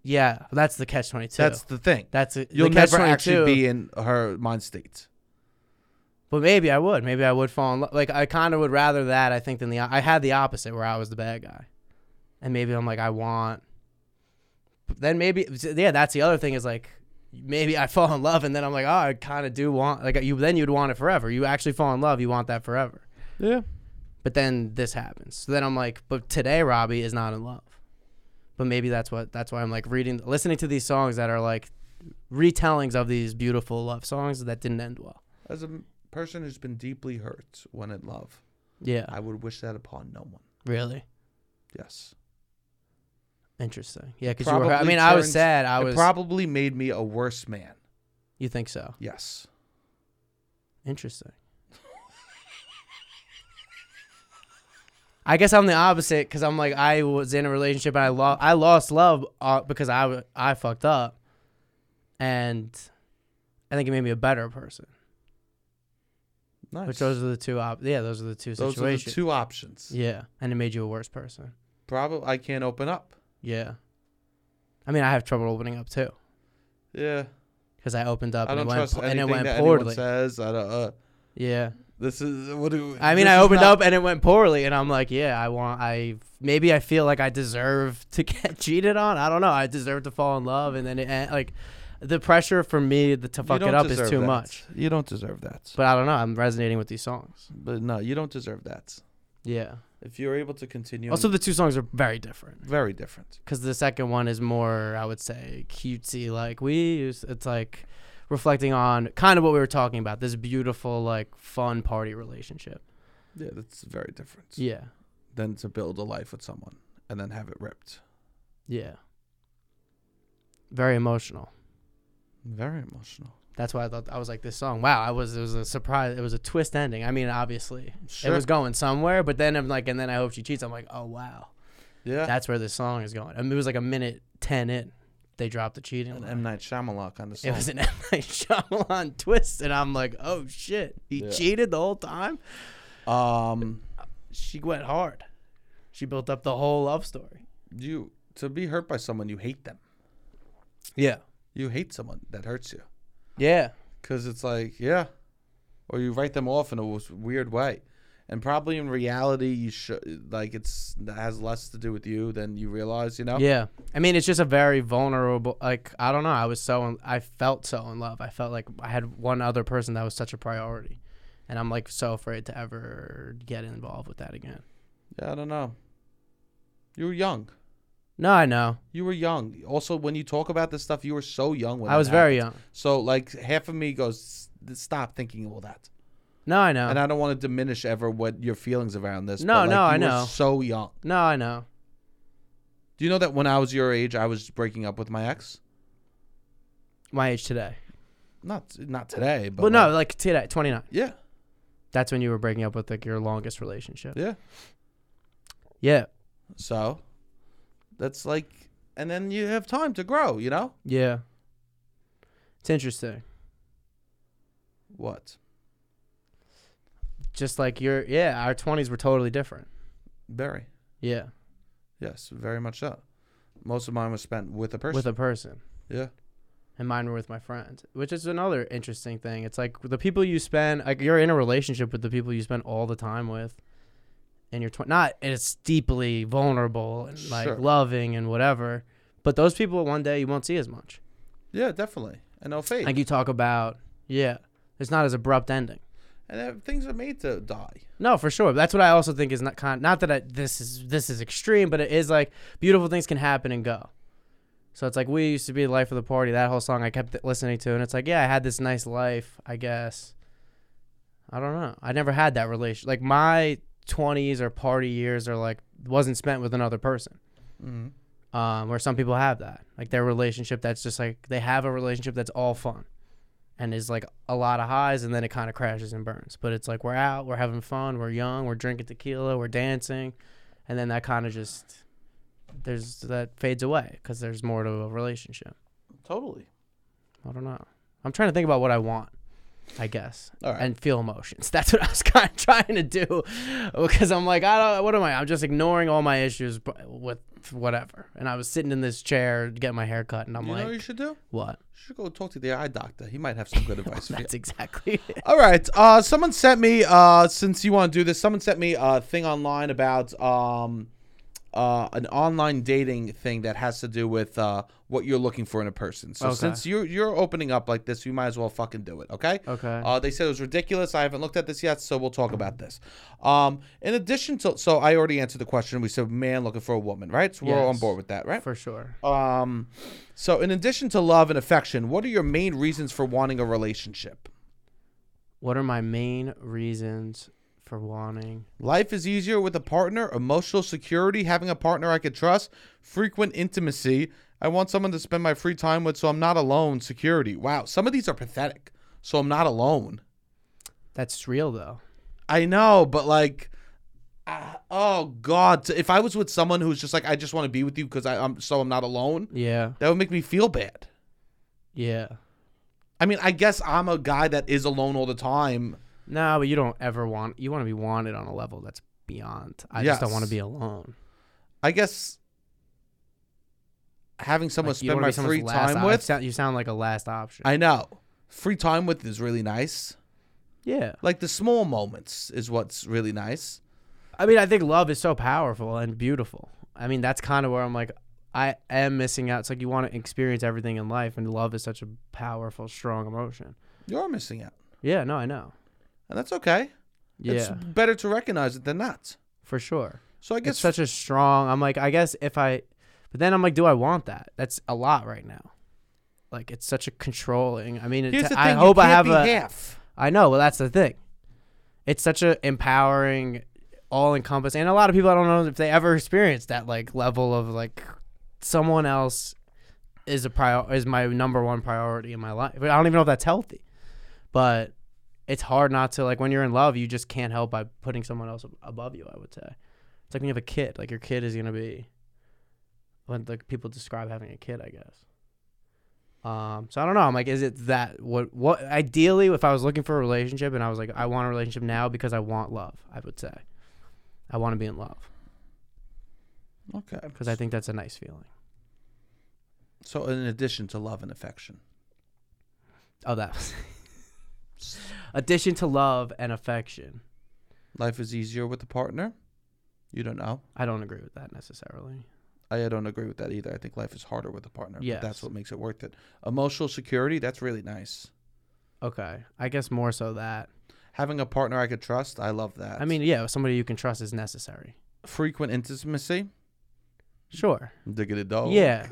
Speaker 2: Yeah, that's the catch twenty two.
Speaker 1: That's
Speaker 2: That's
Speaker 1: the thing.
Speaker 2: that's it.
Speaker 1: You'll
Speaker 2: the catch
Speaker 1: never actually
Speaker 2: 22
Speaker 1: be in her mind state.
Speaker 2: But maybe I would. Maybe I would fall in love. Like I kind of would rather that I think than the I had the opposite where I was the bad guy, and maybe I'm like I want. But then maybe yeah, that's the other thing is like maybe I fall in love and then I'm like oh I kind of do want like you then you'd want it forever. You actually fall in love, you want that forever.
Speaker 1: Yeah.
Speaker 2: But then this happens. So then I'm like, but today Robbie is not in love. But maybe that's what that's why I'm like reading, listening to these songs that are like retellings of these beautiful love songs that didn't end well.
Speaker 1: As a m- person who's been deeply hurt when in love,
Speaker 2: Yeah,
Speaker 1: I would wish that upon no one.
Speaker 2: really.
Speaker 1: Yes.
Speaker 2: Interesting. Yeah, because you were. I
Speaker 1: Probably
Speaker 2: mean, I was
Speaker 1: turns-
Speaker 2: sad. I
Speaker 1: It
Speaker 2: was.
Speaker 1: probably made me a worse man.
Speaker 2: you think so?
Speaker 1: Yes.
Speaker 2: Interesting. I guess I'm the opposite because I'm like I was in a relationship and I lost. I lost love uh, because I w- I fucked up, and I think it made me a better person.
Speaker 1: Nice.
Speaker 2: Which those are the two. Op- yeah, those are the two
Speaker 1: Those are the
Speaker 2: situations.
Speaker 1: two options.
Speaker 2: Yeah, and it made you a worse person.
Speaker 1: Probably I can't open up.
Speaker 2: Yeah. I mean, I have trouble opening up too
Speaker 1: Yeah,
Speaker 2: because I opened up
Speaker 1: I
Speaker 2: and it
Speaker 1: don't
Speaker 2: went
Speaker 1: trust
Speaker 2: po- and it
Speaker 1: anything
Speaker 2: went
Speaker 1: that anyone
Speaker 2: poorly.
Speaker 1: says. I don't, uh,
Speaker 2: Yeah.
Speaker 1: this is what do
Speaker 2: I mean,
Speaker 1: this
Speaker 2: I
Speaker 1: is
Speaker 2: opened
Speaker 1: not-
Speaker 2: up and it went poorly, and I'm like, yeah, I want, I maybe I feel like I deserve to get cheated on. I don't know. I deserve to fall in love, and then it, and, like the pressure for me th- to
Speaker 1: You
Speaker 2: fuck it
Speaker 1: don't
Speaker 2: up is
Speaker 1: deserve
Speaker 2: too
Speaker 1: that.
Speaker 2: much.
Speaker 1: You don't deserve that.
Speaker 2: But I don't know. I'm resonating with these songs.
Speaker 1: But no, you don't deserve that.
Speaker 2: Yeah.
Speaker 1: If you're able to continue,
Speaker 2: Also, the two songs are very different
Speaker 1: very different.
Speaker 2: because the second one is more, I would say, cutesy. Like we use, it's like reflecting on kind of what we were talking about. This beautiful, like, fun party relationship.
Speaker 1: Yeah, that's very different.
Speaker 2: Yeah.
Speaker 1: Than to build a life with someone and then have it ripped.
Speaker 2: Yeah. Very emotional.
Speaker 1: Very emotional.
Speaker 2: That's why I thought I was like this song. Wow, I was it was a surprise. It was a twist ending. I mean, obviously
Speaker 1: Sure.
Speaker 2: it was going somewhere, but then I'm like, and then I hope she cheats. I'm like, oh wow,
Speaker 1: yeah.
Speaker 2: that's where this song is going. I mean, it was like a minute ten in, they dropped the cheating.
Speaker 1: an
Speaker 2: line.
Speaker 1: M Night Shyamalan kind of
Speaker 2: It
Speaker 1: song.
Speaker 2: was an M Night Shyamalan twist, and I'm like, oh shit, he
Speaker 1: Yeah.
Speaker 2: cheated the whole time.
Speaker 1: um,
Speaker 2: She went hard. She built up the whole love story.
Speaker 1: you to be hurt by someone, you hate them.
Speaker 2: Yeah,
Speaker 1: You hate someone that hurts you.
Speaker 2: yeah,
Speaker 1: Because it's like, yeah. Or you write them off in a w- weird way. And probably in reality, you should, like, it's that has less to do with you than you realize, you know?
Speaker 2: yeah. I mean, it's just a very vulnerable. Like I don't know. I was so in, I felt so in love. I felt like I had one other person that was such a priority, and I'm like so afraid to ever get involved with that again.
Speaker 1: Yeah, I don't know. You were young.
Speaker 2: No, I know.
Speaker 1: You were young. Also, when you talk about this stuff, you were so young when
Speaker 2: I
Speaker 1: it
Speaker 2: was very
Speaker 1: happened.
Speaker 2: young.
Speaker 1: So like half of me goes, "S- stop thinking all that.
Speaker 2: No, I know.
Speaker 1: And I don't want to diminish ever what your feelings around this.
Speaker 2: No,
Speaker 1: but, like,
Speaker 2: no, I
Speaker 1: you were
Speaker 2: know.
Speaker 1: so young.
Speaker 2: no, I know.
Speaker 1: Do you know that when I was your age, I was breaking up with my ex?
Speaker 2: My age today.
Speaker 1: Not not today, but
Speaker 2: Well, no,
Speaker 1: like-
Speaker 2: like today, 29.
Speaker 1: yeah,
Speaker 2: That's when you were breaking up with like your longest relationship.
Speaker 1: yeah.
Speaker 2: Yeah.
Speaker 1: So that's like, and then you have time to grow. You know
Speaker 2: Yeah. It's interesting.
Speaker 1: what?
Speaker 2: Just like your yeah, our 20s were totally different.
Speaker 1: Very
Speaker 2: Yeah.
Speaker 1: yes, very much so. Most of mine was spent with a person.
Speaker 2: With a person.
Speaker 1: yeah,
Speaker 2: and mine were with my friends, which is another interesting thing. It's like the people you spend, like you're in a relationship with the people you spend all the time with, and you're tw- not. and It's deeply vulnerable and like
Speaker 1: Sure.
Speaker 2: loving and whatever. But those people, one day you won't see as much.
Speaker 1: yeah, definitely. And no fade.
Speaker 2: Like you talk about, yeah, it's not as abrupt ending.
Speaker 1: and then things are made to die.
Speaker 2: No, for sure. That's what I also think is not con. Not that I, this is this is extreme, but it is like beautiful things can happen and go. So it's like we used to be the life of the party. That whole song I kept listening to, and it's like, yeah, I had this nice life, I guess. I don't know. I never had that relation. Like my twenties or party years are like wasn't spent with another person.
Speaker 1: Mhm.
Speaker 2: Um, where some people have that, like their relationship that's just like they have a relationship that's all fun, and is like a lot of highs, and then it kind of crashes and burns. But it's like we're out, we're having fun, we're young, we're drinking tequila, we're dancing, and then that kind of just there's that fades away because there's more to a relationship.
Speaker 1: Totally.
Speaker 2: I don't know. I'm trying to think about what I want, I guess,
Speaker 1: All right.
Speaker 2: and feel emotions. That's what I was kind of trying to do because I'm like, I don't, what am I? I'm just ignoring all my issues b- with whatever. And I was sitting in this chair getting my hair cut, and I'm
Speaker 1: you know
Speaker 2: like,
Speaker 1: what you should do? You
Speaker 2: what?
Speaker 1: should go talk to the eye doctor. He might have some good advice for you.
Speaker 2: That's exactly it.
Speaker 1: All right. Uh, someone sent me. Uh, since you want to do this, someone sent me a thing online about um, uh, an online dating thing that has to do with uh, what you're looking for in a person. So
Speaker 2: Okay.
Speaker 1: since you're you're opening up like this, you might as well fucking do it. Okay.
Speaker 2: Okay.
Speaker 1: Uh, they said it was ridiculous. I haven't looked at this yet, so we'll talk about this. Um, in addition to, so I already answered the question. We said man looking for a woman, right? So we're all on
Speaker 2: Yes.
Speaker 1: board with that, right?
Speaker 2: For sure.
Speaker 1: Um, so in addition to love and affection, what are your main reasons for wanting a relationship?
Speaker 2: What are my main reasons for wanting?
Speaker 1: Life is easier with a partner, emotional security, having a partner I could trust, frequent intimacy. I want someone to spend my free time with so I'm not alone, security. Wow, some of these are pathetic. So I'm not alone.
Speaker 2: That's real, though.
Speaker 1: I know, but like, ah, oh God, if I was with someone who's just like, I just want to be with you because I'm so I'm not alone,
Speaker 2: Yeah.
Speaker 1: that would make me feel bad.
Speaker 2: Yeah.
Speaker 1: I mean, I guess I'm a guy that is alone all the time.
Speaker 2: No, but you don't ever want, you want to be wanted on a level that's beyond. I just don't want
Speaker 1: Yes.
Speaker 2: to be alone.
Speaker 1: I guess having someone
Speaker 2: Like, you
Speaker 1: spend
Speaker 2: wanna
Speaker 1: my
Speaker 2: be someone's
Speaker 1: free
Speaker 2: last
Speaker 1: time
Speaker 2: op-
Speaker 1: with.
Speaker 2: sound- you sound like a last option.
Speaker 1: I know. Free time with is really nice.
Speaker 2: yeah.
Speaker 1: Like the small moments is what's really nice.
Speaker 2: I mean, I think love is so powerful and beautiful. I mean, that's kind of where I'm like, I am missing out. It's like you want to experience everything in life, and love is such a powerful, strong emotion.
Speaker 1: You're missing out.
Speaker 2: Yeah, no, I know.
Speaker 1: And that's okay.
Speaker 2: Yeah,
Speaker 1: It's better to recognize it than not.
Speaker 2: for sure.
Speaker 1: So I
Speaker 2: It's
Speaker 1: guess
Speaker 2: such a strong. I'm like, I guess if I, but then I'm like, do I want that? That's a lot right now. Like, it's such a controlling. I mean, it,
Speaker 1: here's the thing.
Speaker 2: I
Speaker 1: you
Speaker 2: hope I
Speaker 1: can't
Speaker 2: have
Speaker 1: be
Speaker 2: a.
Speaker 1: half.
Speaker 2: I know. Well, that's the thing. It's such a empowering, all encompassing, and a lot of people I don't know if they ever experienced that like level of like someone else is a prior is my number one priority in my life. But I don't even know if that's healthy, but it's hard not to like when you're in love, you just can't help by putting someone else ab- above you. I would say it's like when you have a kid, like your kid is gonna be when like people describe having a kid, I guess. Um, so I don't know. I'm like, is it that what what ideally if I was looking for a relationship and I was like, I want a relationship now because I want love, I would say. I want to be in love
Speaker 1: Okay.
Speaker 2: because I think that's a nice feeling.
Speaker 1: So in addition to love and affection.
Speaker 2: Oh, that was addition to love and affection.
Speaker 1: Life is easier with a partner. You don't know.
Speaker 2: I don't agree with that necessarily.
Speaker 1: I don't agree with that either. I think life is harder with a partner. Yeah.
Speaker 2: Yes.
Speaker 1: That's what makes it worth it. Emotional security, that's really nice.
Speaker 2: Okay, I guess more so that.
Speaker 1: Having a partner I could trust, I love that.
Speaker 2: I mean, yeah, somebody you can trust is necessary.
Speaker 1: frequent intimacy.
Speaker 2: Sure.
Speaker 1: Diggity dog.
Speaker 2: Yeah.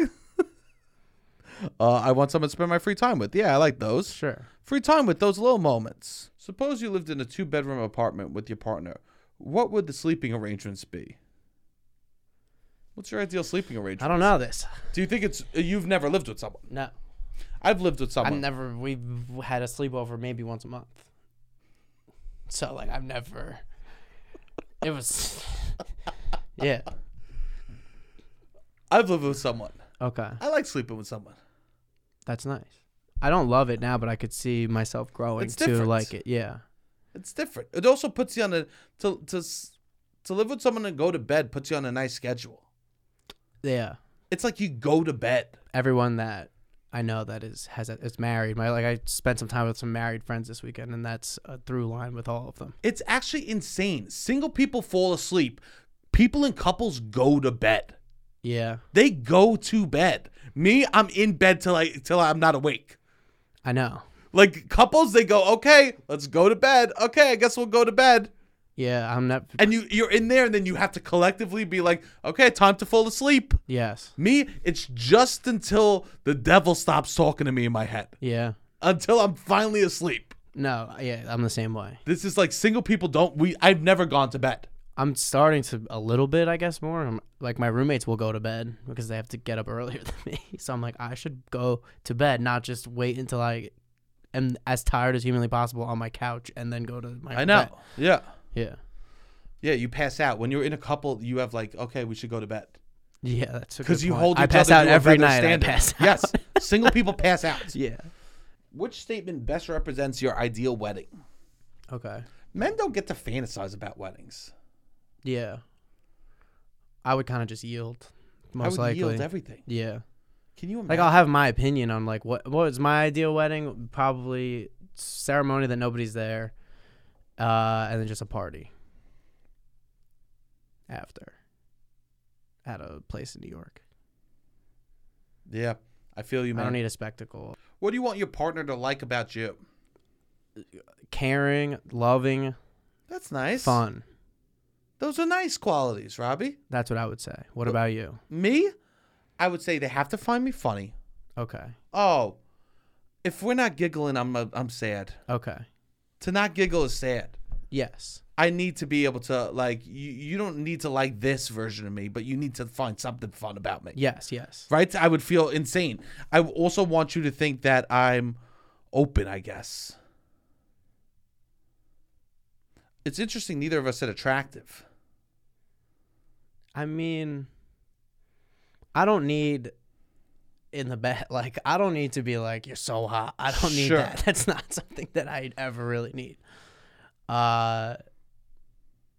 Speaker 1: Uh, I want someone to spend my free time with. Yeah, I like those.
Speaker 2: sure.
Speaker 1: Free time with those little moments. Suppose you lived in a two bedroom apartment with your partner. What would the sleeping arrangements be? What's your ideal sleeping
Speaker 2: I
Speaker 1: arrangement?
Speaker 2: don't know this.
Speaker 1: Do you think it's uh, you've never lived with someone?
Speaker 2: No.
Speaker 1: I've lived with
Speaker 2: I've
Speaker 1: someone.
Speaker 2: never we've had a sleepover maybe once a month. So like I've never it was Yeah.
Speaker 1: I've lived with someone.
Speaker 2: Okay.
Speaker 1: I like sleeping with someone.
Speaker 2: That's nice. I don't love it now, but I could see myself growing
Speaker 1: It's
Speaker 2: to
Speaker 1: different.
Speaker 2: like it. Yeah.
Speaker 1: It's different. It also puts you on a to to s- to live with someone and go to bed puts you on a nice schedule.
Speaker 2: Yeah.
Speaker 1: It's like you go to bed.
Speaker 2: Everyone that I know that is has a, is married. My like I spent some time with some married friends this weekend and that's a through line with all of them.
Speaker 1: It's actually insane. Single people fall asleep. People in couples go to bed.
Speaker 2: Yeah.
Speaker 1: They go to bed. Me, I'm in bed till I till I'm not awake.
Speaker 2: I know.
Speaker 1: Like couples, they go, okay, let's go to bed. Okay, I guess we'll go to bed.
Speaker 2: Yeah, I'm not
Speaker 1: And you you're in there, and then you have to collectively be like, okay, time to fall asleep.
Speaker 2: Yes.
Speaker 1: Me, it's just until the devil stops talking to me in my head.
Speaker 2: Yeah.
Speaker 1: Until I'm finally asleep.
Speaker 2: No, yeah, I'm the same way.
Speaker 1: This is like single people don't we I've never gone to bed.
Speaker 2: I'm starting to a little bit, I guess, more. I'm, like my roommates will go to bed because they have to get up earlier than me. So I'm like, I should go to bed, not just wait until I am as tired as humanly possible on my couch and then go to my.
Speaker 1: I know.
Speaker 2: bed.
Speaker 1: Yeah.
Speaker 2: Yeah,
Speaker 1: Yeah, you pass out. When you're in a couple, you have like, okay, we should go to bed.
Speaker 2: yeah, that's
Speaker 1: Because
Speaker 2: because
Speaker 1: you hold
Speaker 2: I
Speaker 1: each
Speaker 2: pass
Speaker 1: other
Speaker 2: out
Speaker 1: to a
Speaker 2: every
Speaker 1: better
Speaker 2: night.
Speaker 1: Standard.
Speaker 2: I pass out.
Speaker 1: Yes. Single people pass out.
Speaker 2: Yeah.
Speaker 1: Which statement best represents your ideal wedding?
Speaker 2: Okay.
Speaker 1: Men don't get to fantasize about weddings.
Speaker 2: Yeah. I would kind of just yield, most
Speaker 1: I would
Speaker 2: likely.
Speaker 1: yield everything.
Speaker 2: yeah.
Speaker 1: Can you imagine?
Speaker 2: Like uh, I'll have my opinion on like what what was my ideal wedding? Probably ceremony that nobody's there, uh, and then just a party after at a place in New York.
Speaker 1: yeah, I feel you,
Speaker 2: I don't e-
Speaker 1: man.
Speaker 2: need a spectacle.
Speaker 1: what do you want your partner to like about you?
Speaker 2: Caring, loving,
Speaker 1: That's nice.
Speaker 2: fun.
Speaker 1: Those are nice qualities, Robbie.
Speaker 2: That's what I would say. What about you?
Speaker 1: Me, I would say they have to find me funny.
Speaker 2: Okay.
Speaker 1: Oh, if we're not giggling, I'm uh, I'm sad.
Speaker 2: Okay.
Speaker 1: To not giggle is sad.
Speaker 2: Yes.
Speaker 1: I need to be able to like you. You don't need to like this version of me, but you need to find something fun about me,
Speaker 2: Yes. Yes.
Speaker 1: right? I would feel insane. I also want you to think that I'm open. I guess it's interesting. Neither of us said attractive.
Speaker 2: I mean, I don't need in the bed. Like, I don't need to be like, you're so hot. I don't need
Speaker 1: Sure.
Speaker 2: that. That's not something that I ever really need. Uh,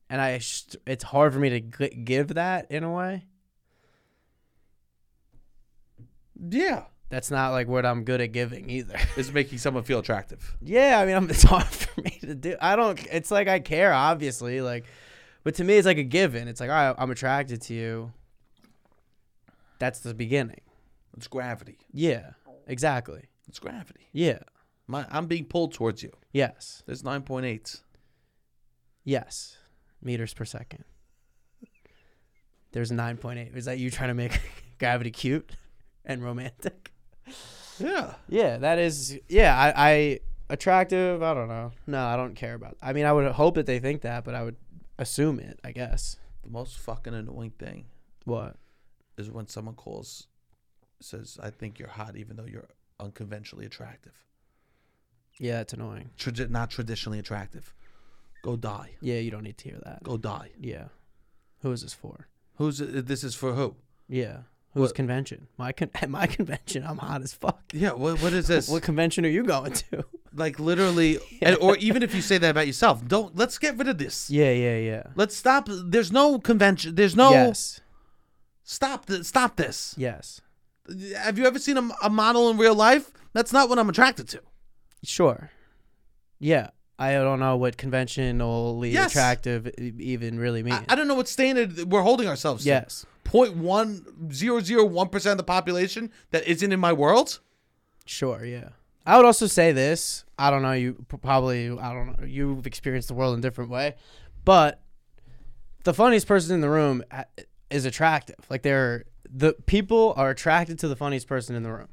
Speaker 2: and I, sh- it's hard for me to g- give that in a way.
Speaker 1: Yeah,
Speaker 2: That's not like what I'm good at giving either.
Speaker 1: is making someone feel attractive.
Speaker 2: yeah, I mean, I'm, it's hard for me to do. I don't. It's like I care, obviously. Like, but to me, it's like a given. It's like, all right, I'm attracted to you. That's the beginning.
Speaker 1: It's gravity.
Speaker 2: Yeah, exactly.
Speaker 1: It's gravity.
Speaker 2: Yeah.
Speaker 1: My, I'm being pulled towards you.
Speaker 2: Yes.
Speaker 1: There's nine point eight.
Speaker 2: Yes. Meters per second. There's 9.8. Is that you trying to make gravity cute and romantic?
Speaker 1: Yeah.
Speaker 2: Yeah, that is. Yeah, I, I attractive. I don't know. No, I don't care about. I mean, I would hope that they think that, but I would assume it. I guess.
Speaker 1: The most fucking annoying thing
Speaker 2: What?
Speaker 1: is when someone calls, says, "I think you're hot," even though you're unconventionally attractive.
Speaker 2: Yeah, that's annoying.
Speaker 1: tradi- not traditionally attractive. Go die.
Speaker 2: Yeah, you don't need to hear that.
Speaker 1: Go die.
Speaker 2: Yeah. Who is this for?
Speaker 1: Who's this is for who?
Speaker 2: Yeah. Who's convention? My con- at my convention, I'm hot as fuck.
Speaker 1: Yeah, what, what is this?
Speaker 2: What convention are you going to?
Speaker 1: like literally and, or even if you say that about yourself, don't let's get rid of this.
Speaker 2: Yeah, yeah, yeah.
Speaker 1: Let's stop there's no convention. There's no
Speaker 2: Yes.
Speaker 1: stop th- stop this.
Speaker 2: Yes.
Speaker 1: Have you ever seen a, a model in real life? That's not what I'm attracted to.
Speaker 2: Sure. Yeah. I don't know what conventionally
Speaker 1: Yes.
Speaker 2: attractive e- even really means.
Speaker 1: I, I don't know what standard that we're holding ourselves to.
Speaker 2: yes.
Speaker 1: 0.1001% of the population that isn't in my world?
Speaker 2: Sure. Yeah. I would also say this. I don't know. You p- probably, I don't know. You've experienced the world in a different way. But the funniest person in the room ha- is uh, attractive. Like they're the people are attracted to the funniest person in the room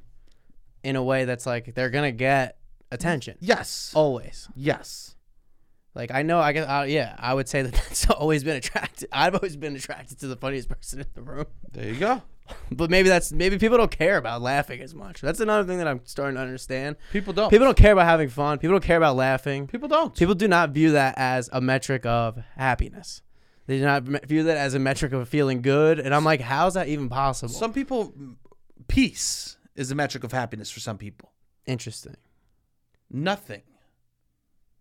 Speaker 2: in a way that's like they're gonna get attention
Speaker 1: Yes.
Speaker 2: always
Speaker 1: Yes.
Speaker 2: like i know i guess I, yeah i would say that that's always been attracted i've always been attracted to the funniest person in the room
Speaker 1: There you go.
Speaker 2: but maybe that's maybe people don't care about laughing as much that's another thing that i'm starting to understand
Speaker 1: People don't. People,
Speaker 2: people don't care about having fun people don't care about laughing
Speaker 1: don't.
Speaker 2: people do not view that as a metric of happiness they do not me- view that as a metric of feeling good and i'm like how's that even possible
Speaker 1: some people, peace is the metric of happiness for some people.
Speaker 2: interesting
Speaker 1: Nothing.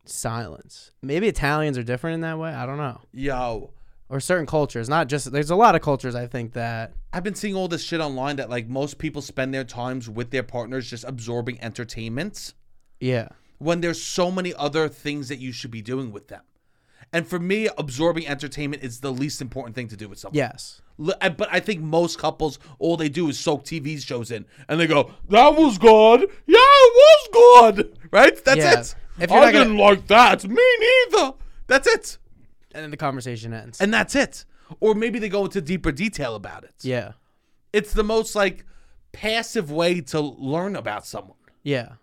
Speaker 2: silence. Maybe Italians are different in that way. I don't know.
Speaker 1: Yo,
Speaker 2: Or certain cultures, not just there's a lot of cultures I think that
Speaker 1: I've been seeing all this shit online that like most people spend their times with their partners just absorbing entertainment
Speaker 2: yeah.
Speaker 1: when there's so many other things that you should be doing with them. And for me, absorbing entertainment is the least important thing to do with someone.
Speaker 2: Yes.
Speaker 1: L- I- But I think most couples, all they do is soak TV shows in, and they go, "That was good. Yeah, it was good. Right? That's
Speaker 2: Yeah.
Speaker 1: it.
Speaker 2: If you're
Speaker 1: I
Speaker 2: not gonna-
Speaker 1: didn't like that. Me neither. That's it.
Speaker 2: And then the conversation ends.
Speaker 1: And that's it. Or maybe they go into deeper detail about it.
Speaker 2: yeah.
Speaker 1: It's the most like passive way to learn about someone.
Speaker 2: Yeah.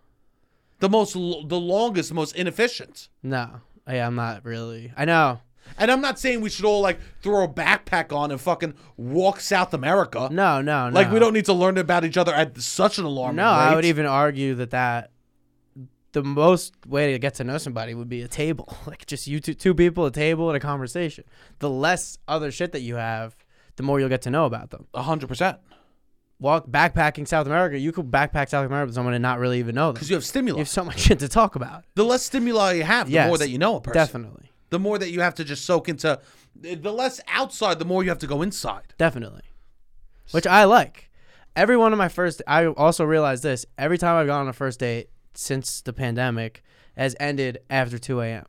Speaker 1: The most, l- the longest, most inefficient.
Speaker 2: No. Yeah, I'm not really. I know.
Speaker 1: And I'm not saying we should all like throw a backpack on and fucking walk South America.
Speaker 2: No, no, no.
Speaker 1: Like we don't need to learn about each other at such an alarming
Speaker 2: No,
Speaker 1: rate.
Speaker 2: I would even argue that that the most way to get to know somebody would be a table. Like just you two, two people, a table and a conversation. The less other shit that you have, the more you'll get to know about them.
Speaker 1: hundred percent.
Speaker 2: walk backpacking South America, you could backpack South America with someone and not really even know them.
Speaker 1: Because you have stimuli.
Speaker 2: You have so much shit to talk about.
Speaker 1: the less stimuli you have, the
Speaker 2: Yes,
Speaker 1: more that you know a person.
Speaker 2: Definitely.
Speaker 1: The more that you have to just soak into. The less outside, the more you have to go inside.
Speaker 2: Definitely. Which I like. Every one of my first I also realized this, every time I've gone on a first date since the pandemic has ended after two AM.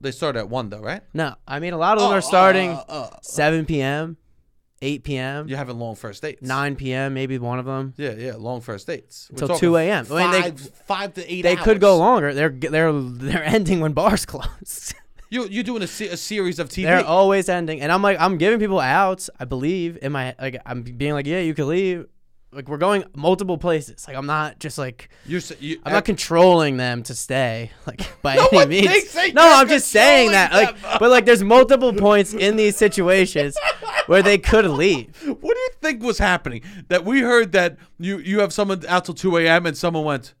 Speaker 1: They start at one though, right? Uh,
Speaker 2: No, I mean a lot
Speaker 1: Oh,
Speaker 2: of them are starting seven PM, eight PM,
Speaker 1: You're having long first dates.
Speaker 2: nine PM, maybe one of them.
Speaker 1: Yeah, yeah, long first dates. We're
Speaker 2: Till
Speaker 1: talking
Speaker 2: 2 a.m.. I mean, they-
Speaker 1: Five, five to eight.
Speaker 2: They could
Speaker 1: hours.
Speaker 2: go longer. They're they're they're ending when bars close.
Speaker 1: You, you're doing a, se- a series of TV.
Speaker 2: They're always ending, and I'm like, I'm giving people outs. I believe in my like, I'm being like, yeah, you can leave. Like we're going multiple places. Like I'm not just like
Speaker 1: you're, s- you,
Speaker 2: I'm not controlling them to stay. Like by any
Speaker 1: one
Speaker 2: means.
Speaker 1: thinks that
Speaker 2: no,
Speaker 1: you're
Speaker 2: I'm just saying that.
Speaker 1: controlling them.
Speaker 2: Like, but like, there's multiple points in these situations where they could leave.
Speaker 1: What do you think was happening? That we heard that you you have someone out till two a.m. and someone went.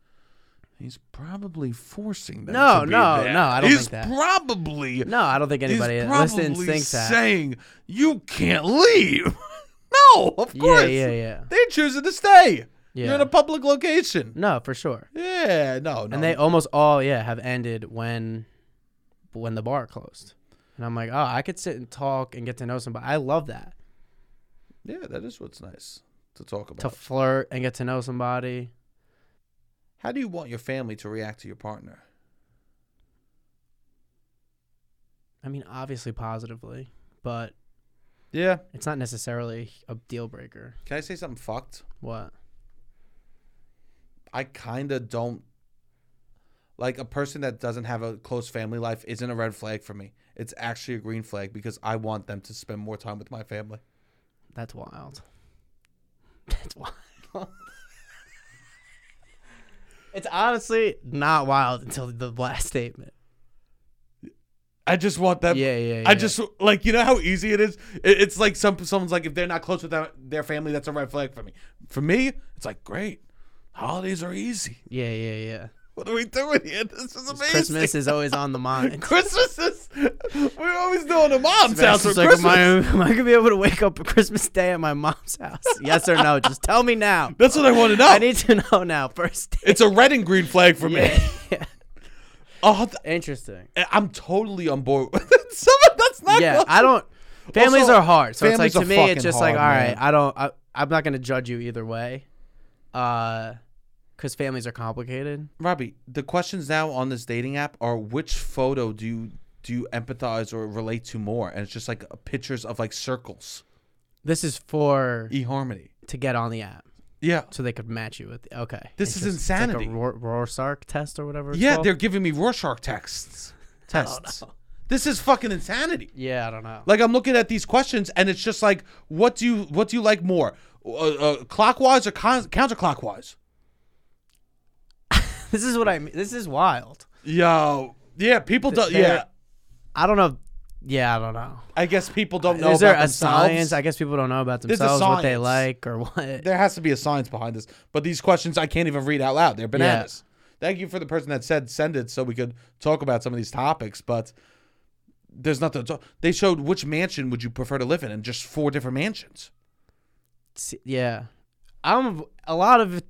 Speaker 1: He's probably forcing them.
Speaker 2: No,
Speaker 1: to be
Speaker 2: no,
Speaker 1: there."
Speaker 2: no, I don't
Speaker 1: He's
Speaker 2: think that.
Speaker 1: probably.
Speaker 2: No, I don't think anybody
Speaker 1: he's
Speaker 2: that
Speaker 1: probably
Speaker 2: listens thinks that.
Speaker 1: saying you can't leave. no, of course.
Speaker 2: yeah, yeah.
Speaker 1: They're choosing to stay. You're
Speaker 2: Yeah.
Speaker 1: in a public location.
Speaker 2: no, for sure.
Speaker 1: Yeah, no, no.
Speaker 2: And they almost all yeah have ended when when the bar closed. And I'm like, oh, I could sit and talk and get to know somebody. I love that.
Speaker 1: yeah, that is what's nice to talk about.
Speaker 2: to flirt and get to know somebody.
Speaker 1: How do you want your family to react to your partner?
Speaker 2: I mean, obviously positively, but
Speaker 1: Yeah.
Speaker 2: it's not necessarily a deal breaker.
Speaker 1: Can I say something fucked?
Speaker 2: What?
Speaker 1: I kind of don't like a person that doesn't have a close family life isn't a red flag for me. It's actually a green flag because I want them to spend more time with my family.
Speaker 2: That's wild. That's wild. it's honestly not wild until the last statement.
Speaker 1: I just want them.
Speaker 2: Yeah, yeah,
Speaker 1: I
Speaker 2: yeah.
Speaker 1: just like you know how easy it is. It- It's like some someone's like if they're not close with their, their family, that's a red flag for me. For me, it's like great. Holidays are easy.
Speaker 2: Yeah, yeah, yeah.
Speaker 1: What are we doing here? This is amazing.
Speaker 2: Christmas is always on the mind.
Speaker 1: Christmas is. We're always doing a mom's house for
Speaker 2: Sebastian's like,
Speaker 1: Christmas.
Speaker 2: am I, am I gonna be able to wake up Christmas Day at my mom's house? Yes or no? Just tell me now.
Speaker 1: That's what I want to know.
Speaker 2: I need to know now. First. Day.
Speaker 1: it's a red and green flag for me.
Speaker 2: yeah.
Speaker 1: Oh,
Speaker 2: Interesting.
Speaker 1: th- I'm totally on board. with- Some of that's not.
Speaker 2: yeah,
Speaker 1: close.
Speaker 2: I don't. Families
Speaker 1: Also,
Speaker 2: are hard, so it's
Speaker 1: families
Speaker 2: like to
Speaker 1: are
Speaker 2: me,
Speaker 1: fucking
Speaker 2: it's just like all
Speaker 1: hard,
Speaker 2: right.
Speaker 1: man.
Speaker 2: I don't. I, I'm not gonna judge you either way, uh, because families are complicated.
Speaker 1: Robbie, the questions now on this dating app are which photo do you do you empathize or relate to more? And it's just like pictures of like circles.
Speaker 2: This is for
Speaker 1: eHarmony.
Speaker 2: to get on the app
Speaker 1: Yeah.
Speaker 2: so they could match you with. Okay,
Speaker 1: This is
Speaker 2: Interesting. It's like a
Speaker 1: insanity.
Speaker 2: Ror- Rorschach test or whatever. It's
Speaker 1: Yeah,
Speaker 2: called.
Speaker 1: they're giving me Rorschach texts. Tests. This is fucking insanity.
Speaker 2: Yeah, I don't know.
Speaker 1: Like I'm looking at these questions and it's just like, what do you what do you like more, uh, uh, clockwise or con- counterclockwise?
Speaker 2: This is what I mean. This is wild.
Speaker 1: Yo, yeah, people don't.
Speaker 2: They're-
Speaker 1: Yeah,
Speaker 2: I don't know. Yeah, I don't know.
Speaker 1: I guess people don't know.
Speaker 2: is there
Speaker 1: about
Speaker 2: a
Speaker 1: themselves.
Speaker 2: science? I guess people don't know about
Speaker 1: a
Speaker 2: themselves what they
Speaker 1: science.
Speaker 2: like or what.
Speaker 1: there has to be a science behind this. But these questions I can't even read out loud. They're bananas. Thank you for the person that said send it so we could talk about some of these topics. But there's nothing. To talk. They showed which mansion would you prefer to live in, and just four different mansions.
Speaker 2: S- Yeah, I'm a lot of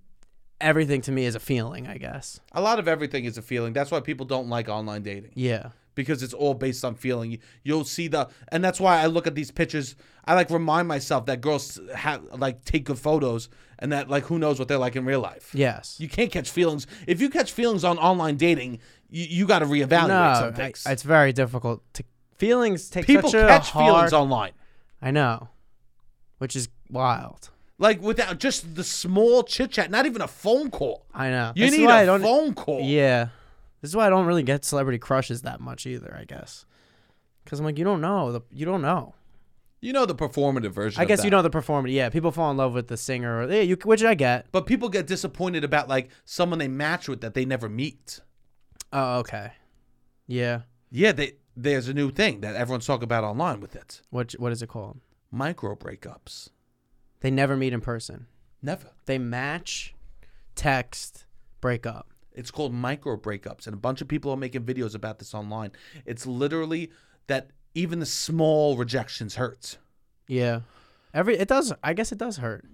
Speaker 2: everything to me is a feeling. I guess.
Speaker 1: A lot of everything is a feeling. That's why people don't like online dating
Speaker 2: Yeah.
Speaker 1: because it's all based on feeling. You- You'll see the, and that's why I look at these pictures. I like remind myself that girls have like take good photos, and that like who knows what they're like in real life.
Speaker 2: Yes.
Speaker 1: You can't catch feelings. If you catch feelings on online dating, you, you got to reevaluate
Speaker 2: no,
Speaker 1: some
Speaker 2: I-
Speaker 1: things.
Speaker 2: it's very difficult to feelings take
Speaker 1: People
Speaker 2: such a
Speaker 1: catch
Speaker 2: hard.
Speaker 1: feelings online.
Speaker 2: I know, which is wild.
Speaker 1: Like without just the small chit chat, not even a phone call.
Speaker 2: I know.
Speaker 1: You
Speaker 2: This is
Speaker 1: need
Speaker 2: why I
Speaker 1: a
Speaker 2: don't-
Speaker 1: phone call.
Speaker 2: Yeah. This is why I don't really get celebrity crushes that much either, I guess. Cuz I'm like you don't know, the, you don't know.
Speaker 1: You know the performative version.
Speaker 2: I
Speaker 1: of
Speaker 2: guess you
Speaker 1: that.
Speaker 2: know the performer. Yeah, people fall in love with the singer or yeah, you which I get.
Speaker 1: But people get disappointed about like someone they match with that they never meet.
Speaker 2: Oh, okay. Yeah.
Speaker 1: Yeah, they, there's a new thing that everyone's talking about online with it.
Speaker 2: What what is it called?
Speaker 1: Micro breakups.
Speaker 2: They never meet in person.
Speaker 1: Never.
Speaker 2: They match, text, break up.
Speaker 1: It's called micro breakups, and a bunch of people are making videos about this online. It's literally that even the small rejections hurt.
Speaker 2: Yeah. Every it does I guess it does hurt.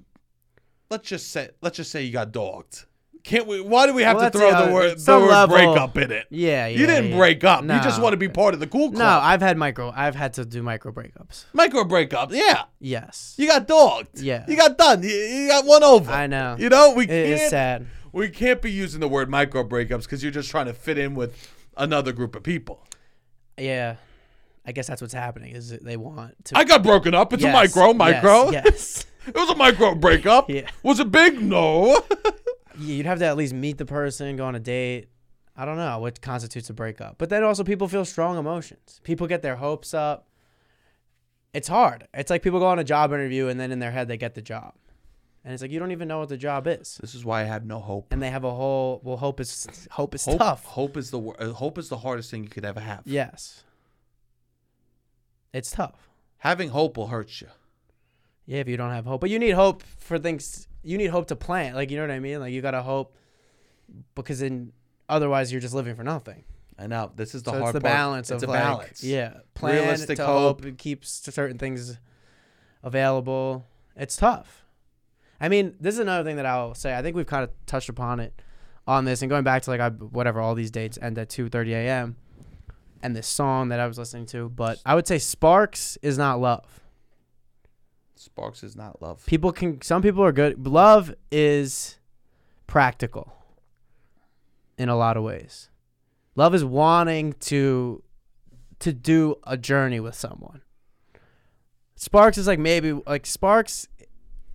Speaker 1: let's just say let's just say you got dogged. Can't we? Why do we have
Speaker 2: Well,
Speaker 1: to
Speaker 2: that's
Speaker 1: throw
Speaker 2: the
Speaker 1: the
Speaker 2: other-
Speaker 1: word, the
Speaker 2: some
Speaker 1: word
Speaker 2: level-
Speaker 1: breakup in it?
Speaker 2: Yeah, yeah.
Speaker 1: you didn't
Speaker 2: yeah.
Speaker 1: break up. You just
Speaker 2: No.
Speaker 1: want to be part of the cool
Speaker 2: No,
Speaker 1: club.
Speaker 2: I've had micro I've had to do micro breakups.
Speaker 1: Micro breakup. Yeah,
Speaker 2: Yes.
Speaker 1: you got dogged.
Speaker 2: Yeah.
Speaker 1: you got done. You, you got one over.
Speaker 2: I know.
Speaker 1: You know we
Speaker 2: It is
Speaker 1: can't
Speaker 2: sad.
Speaker 1: we can't be using the word micro breakups because you're just trying to fit in with another group of people.
Speaker 2: Yeah, I guess that's what's happening. Is that they want to?
Speaker 1: I got broken up. It's
Speaker 2: Yes,
Speaker 1: a micro, micro.
Speaker 2: Yes, yes.
Speaker 1: It was a micro breakup.
Speaker 2: Yeah.
Speaker 1: Was it big? No.
Speaker 2: Yeah, you'd have to at least meet the person, go on a date. I don't know what constitutes a breakup, but then also people feel strong emotions. People get their hopes up. It's hard. It's like people go on a job interview and then in their head they get the job, and it's like you don't even know what the job is,
Speaker 1: this is why I have no hope.
Speaker 2: and they have a whole well hope is hope is
Speaker 1: Hope,
Speaker 2: tough.
Speaker 1: hope is the wor- uh, hope is the hardest thing you could ever have.
Speaker 2: Yes, it's tough.
Speaker 1: Having hope will hurt you.
Speaker 2: Yeah, if you don't have hope, but you need hope for things. You need hope to plant. Like you know what I mean. Like you gotta hope, because then otherwise you're just living for nothing.
Speaker 1: I know this is the
Speaker 2: so
Speaker 1: hard
Speaker 2: it's the
Speaker 1: part.
Speaker 2: balance
Speaker 1: it's
Speaker 2: of
Speaker 1: a
Speaker 2: like,
Speaker 1: balance.
Speaker 2: yeah, plan
Speaker 1: Realistic
Speaker 2: to
Speaker 1: hope.
Speaker 2: hope. It keeps certain things available. It's tough. I mean, this is another thing that I'll say. I think we've kind of touched upon it on this, and going back to like I, whatever all these dates end at two thirty a.m. and this song that I was listening to, but I would say Sparks is not love.
Speaker 1: Sparks is not love.
Speaker 2: people can some people are good love is practical in a lot of ways love is wanting to to do a journey with someone sparks is like maybe like sparks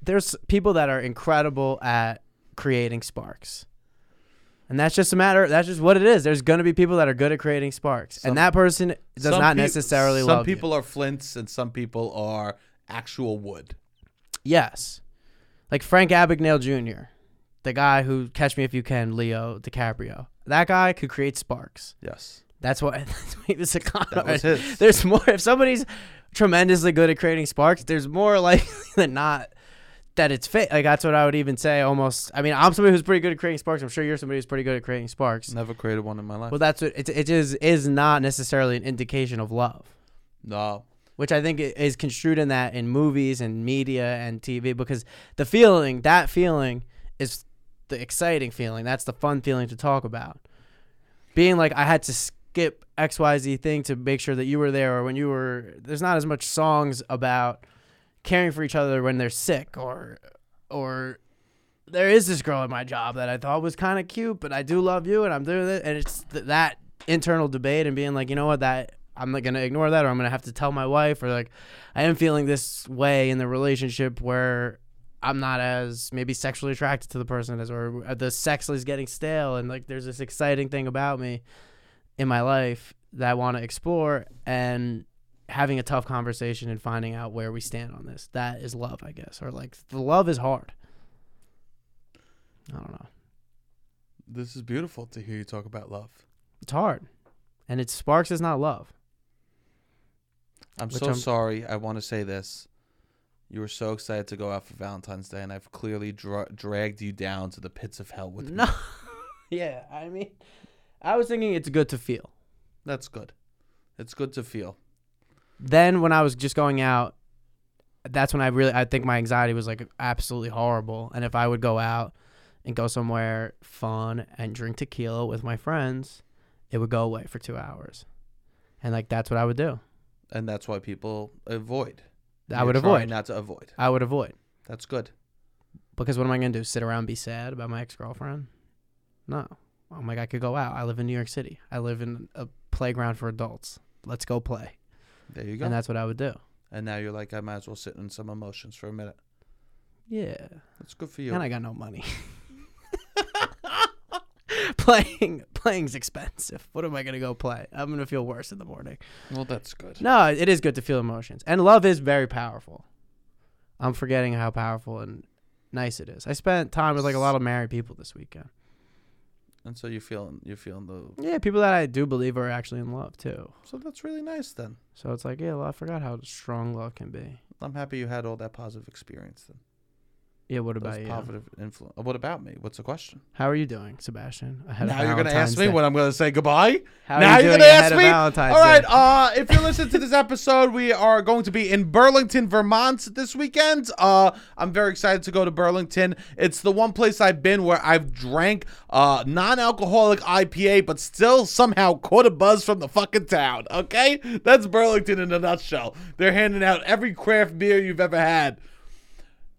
Speaker 2: there's people that are incredible at creating sparks and that's just a matter that's just what it is there's going to be people that are good at creating sparks
Speaker 1: Some-
Speaker 2: and that person does
Speaker 1: Some
Speaker 2: not
Speaker 1: peop-
Speaker 2: necessarily
Speaker 1: Some
Speaker 2: love you.
Speaker 1: people are flints and some people are actual wood.
Speaker 2: Yes. Like Frank Abagnale Jr., the guy who Catch Me If You Can, Leo DiCaprio. That guy could create sparks.
Speaker 1: Yes,
Speaker 2: That's what, that's what he was a con
Speaker 1: that was
Speaker 2: artist.
Speaker 1: his.
Speaker 2: There's more. If somebody's tremendously good at creating sparks, there's more likely than not that it's fake. Like, that's what I would even say almost. I mean, I'm somebody who's pretty good at creating sparks. I'm sure you're somebody who's pretty good at creating sparks.
Speaker 1: Never created one in my life.
Speaker 2: Well, that's what it, it is, is not necessarily an indication of love
Speaker 1: no,
Speaker 2: which I think i- is construed in that in movies and media and TV because the feeling, that feeling is the exciting feeling. That's the fun feeling to talk about. Being like, I had to skip XYZ thing to make sure that you were there, or when you were, there's not as much songs about caring for each other when they're sick or, or, there is this girl at my job that I thought was kind of cute, but I do love you, and I'm doing it. And it's th- that internal debate and being like, you know what, that I'm not gonna ignore that, or I'm gonna have to tell my wife, or like, I am feeling this way in the relationship where I'm not as maybe sexually attracted to the person as, or the sex is getting stale, and like, there's this exciting thing about me in my life that want to explore and having a tough conversation and finding out where we stand on this. That is love, I guess. Or like the love is hard. I don't know.
Speaker 1: This is beautiful to hear you talk about love.
Speaker 2: It's hard. And it sparks is not love.
Speaker 1: I'm
Speaker 2: Which
Speaker 1: so
Speaker 2: I'm-
Speaker 1: sorry. I want to say this. You were so excited to go out for Valentine's Day, and I've clearly dra- dragged you down to the pits of hell with
Speaker 2: No.
Speaker 1: me.
Speaker 2: yeah, I mean I was thinking it's good to feel.
Speaker 1: That's good. It's good to feel.
Speaker 2: Then when I was just going out, that's when I really I think my anxiety was like absolutely horrible. And if I would go out and go somewhere fun and drink tequila with my friends, it would go away for 2 hours. And like that's what I would do.
Speaker 1: And that's why people avoid.
Speaker 2: I
Speaker 1: You're
Speaker 2: would
Speaker 1: trying
Speaker 2: avoid.
Speaker 1: Not to avoid.
Speaker 2: I would avoid.
Speaker 1: That's good.
Speaker 2: Because what am I going to do? Sit around and be sad about my ex girlfriend? No. I'm like, I could go out. I live in New York City. I live in a playground for adults. Let's go play.
Speaker 1: There you go.
Speaker 2: And
Speaker 1: And,
Speaker 2: that's what I would do.
Speaker 1: now you're like, I might as well sit in some emotions for a minute.
Speaker 2: Yeah.
Speaker 1: That's good for you.
Speaker 2: And I got no money. playing playing's expensive. What am I going to go play? I'm going to feel worse in the morning.
Speaker 1: well, that's good.
Speaker 2: No, it is good to feel emotions. And love is very powerful. I'm forgetting how powerful and nice it is. I spent time with like a lot of married people this weekend.
Speaker 1: And so you're feeling, you're feeling the.
Speaker 2: Yeah, people that I do believe are actually in love too.
Speaker 1: So that's really nice then.
Speaker 2: So it's like, yeah, well, I forgot how strong love can be.
Speaker 1: I'm happy you had all that positive experience then.
Speaker 2: Yeah, what
Speaker 1: Those
Speaker 2: about you?
Speaker 1: positive influence. What about me? What's the question?
Speaker 2: How are you doing, Sebastian? Ahead
Speaker 1: now you're gonna
Speaker 2: Valentine's
Speaker 1: ask me
Speaker 2: Day?
Speaker 1: when I'm gonna say goodbye.
Speaker 2: How
Speaker 1: now
Speaker 2: are you
Speaker 1: you're
Speaker 2: doing
Speaker 1: gonna
Speaker 2: ahead
Speaker 1: ask
Speaker 2: of
Speaker 1: me?
Speaker 2: Valentine's
Speaker 1: All right.
Speaker 2: Day?
Speaker 1: Uh, if you're listening to this episode, we are going to be in Burlington, Vermont this weekend. Uh, I'm very excited to go to Burlington. It's the one place I've been where I've drank uh, non-alcoholic IPA, but still somehow caught a buzz from the fucking town. Okay, that's Burlington in a nutshell. They're handing out every craft beer you've ever had.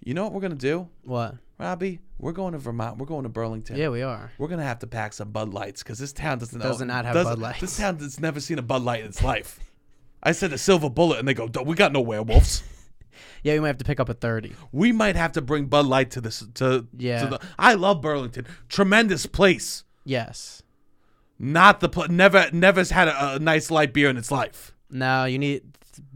Speaker 1: You know what we're gonna do,
Speaker 2: What?
Speaker 1: Robbie? We're going to Vermont. We're going to Burlington.
Speaker 2: Yeah, we are.
Speaker 1: We're gonna have to pack some Bud Lights because this town doesn't
Speaker 2: Does not have Bud Lights.
Speaker 1: This town has never seen a Bud Light in its life. I said a silver bullet, and they go, "Duh, "We got no werewolves.
Speaker 2: Yeah, we might have to pick up a thirty.
Speaker 1: we might have to bring Bud Light to this." To
Speaker 2: Yeah.
Speaker 1: To the, I love Burlington. Tremendous place.
Speaker 2: Yes.
Speaker 1: Not the pl- never never's had a, a nice light beer in its life.
Speaker 2: No, you need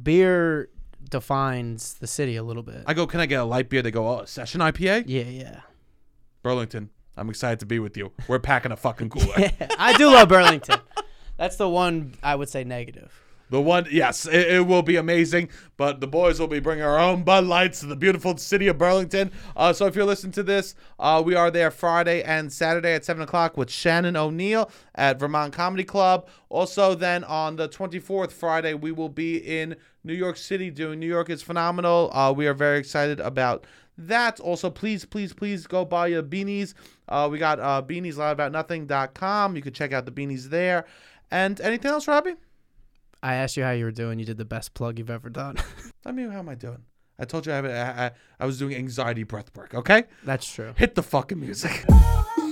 Speaker 2: beer defines the city a little bit.
Speaker 1: I go, "Can I get a light beer?" They go, "Oh, a session IPA."
Speaker 2: yeah, yeah.
Speaker 1: Burlington. I'm excited to be with you. We're packing a fucking cooler.
Speaker 2: I do love Burlington. That's the one I would say negative.
Speaker 1: the one, yes, it, it will be amazing. But the boys will be bringing our own Bud Lights to the beautiful city of Burlington. Uh, so if you're listening to this, uh, we are there Friday and Saturday at seven o'clock with Shannon O'Neill at Vermont Comedy Club. Also, then on the 24th Friday, we will be in New York City doing New York is phenomenal. Uh, we are very excited about that. Also, please, please, please go buy your beanies. Uh, we got uh, beaniesloudaboutnothing.com. You can check out the beanies there. And anything else, Robbie?
Speaker 2: I asked you how you were doing. You did the best plug you've ever done.
Speaker 1: I mean, how am I doing? I told you I, have, I, I, I was doing anxiety breath work, okay?
Speaker 2: That's true.
Speaker 1: Hit the fucking music.
Speaker 3: Ooh,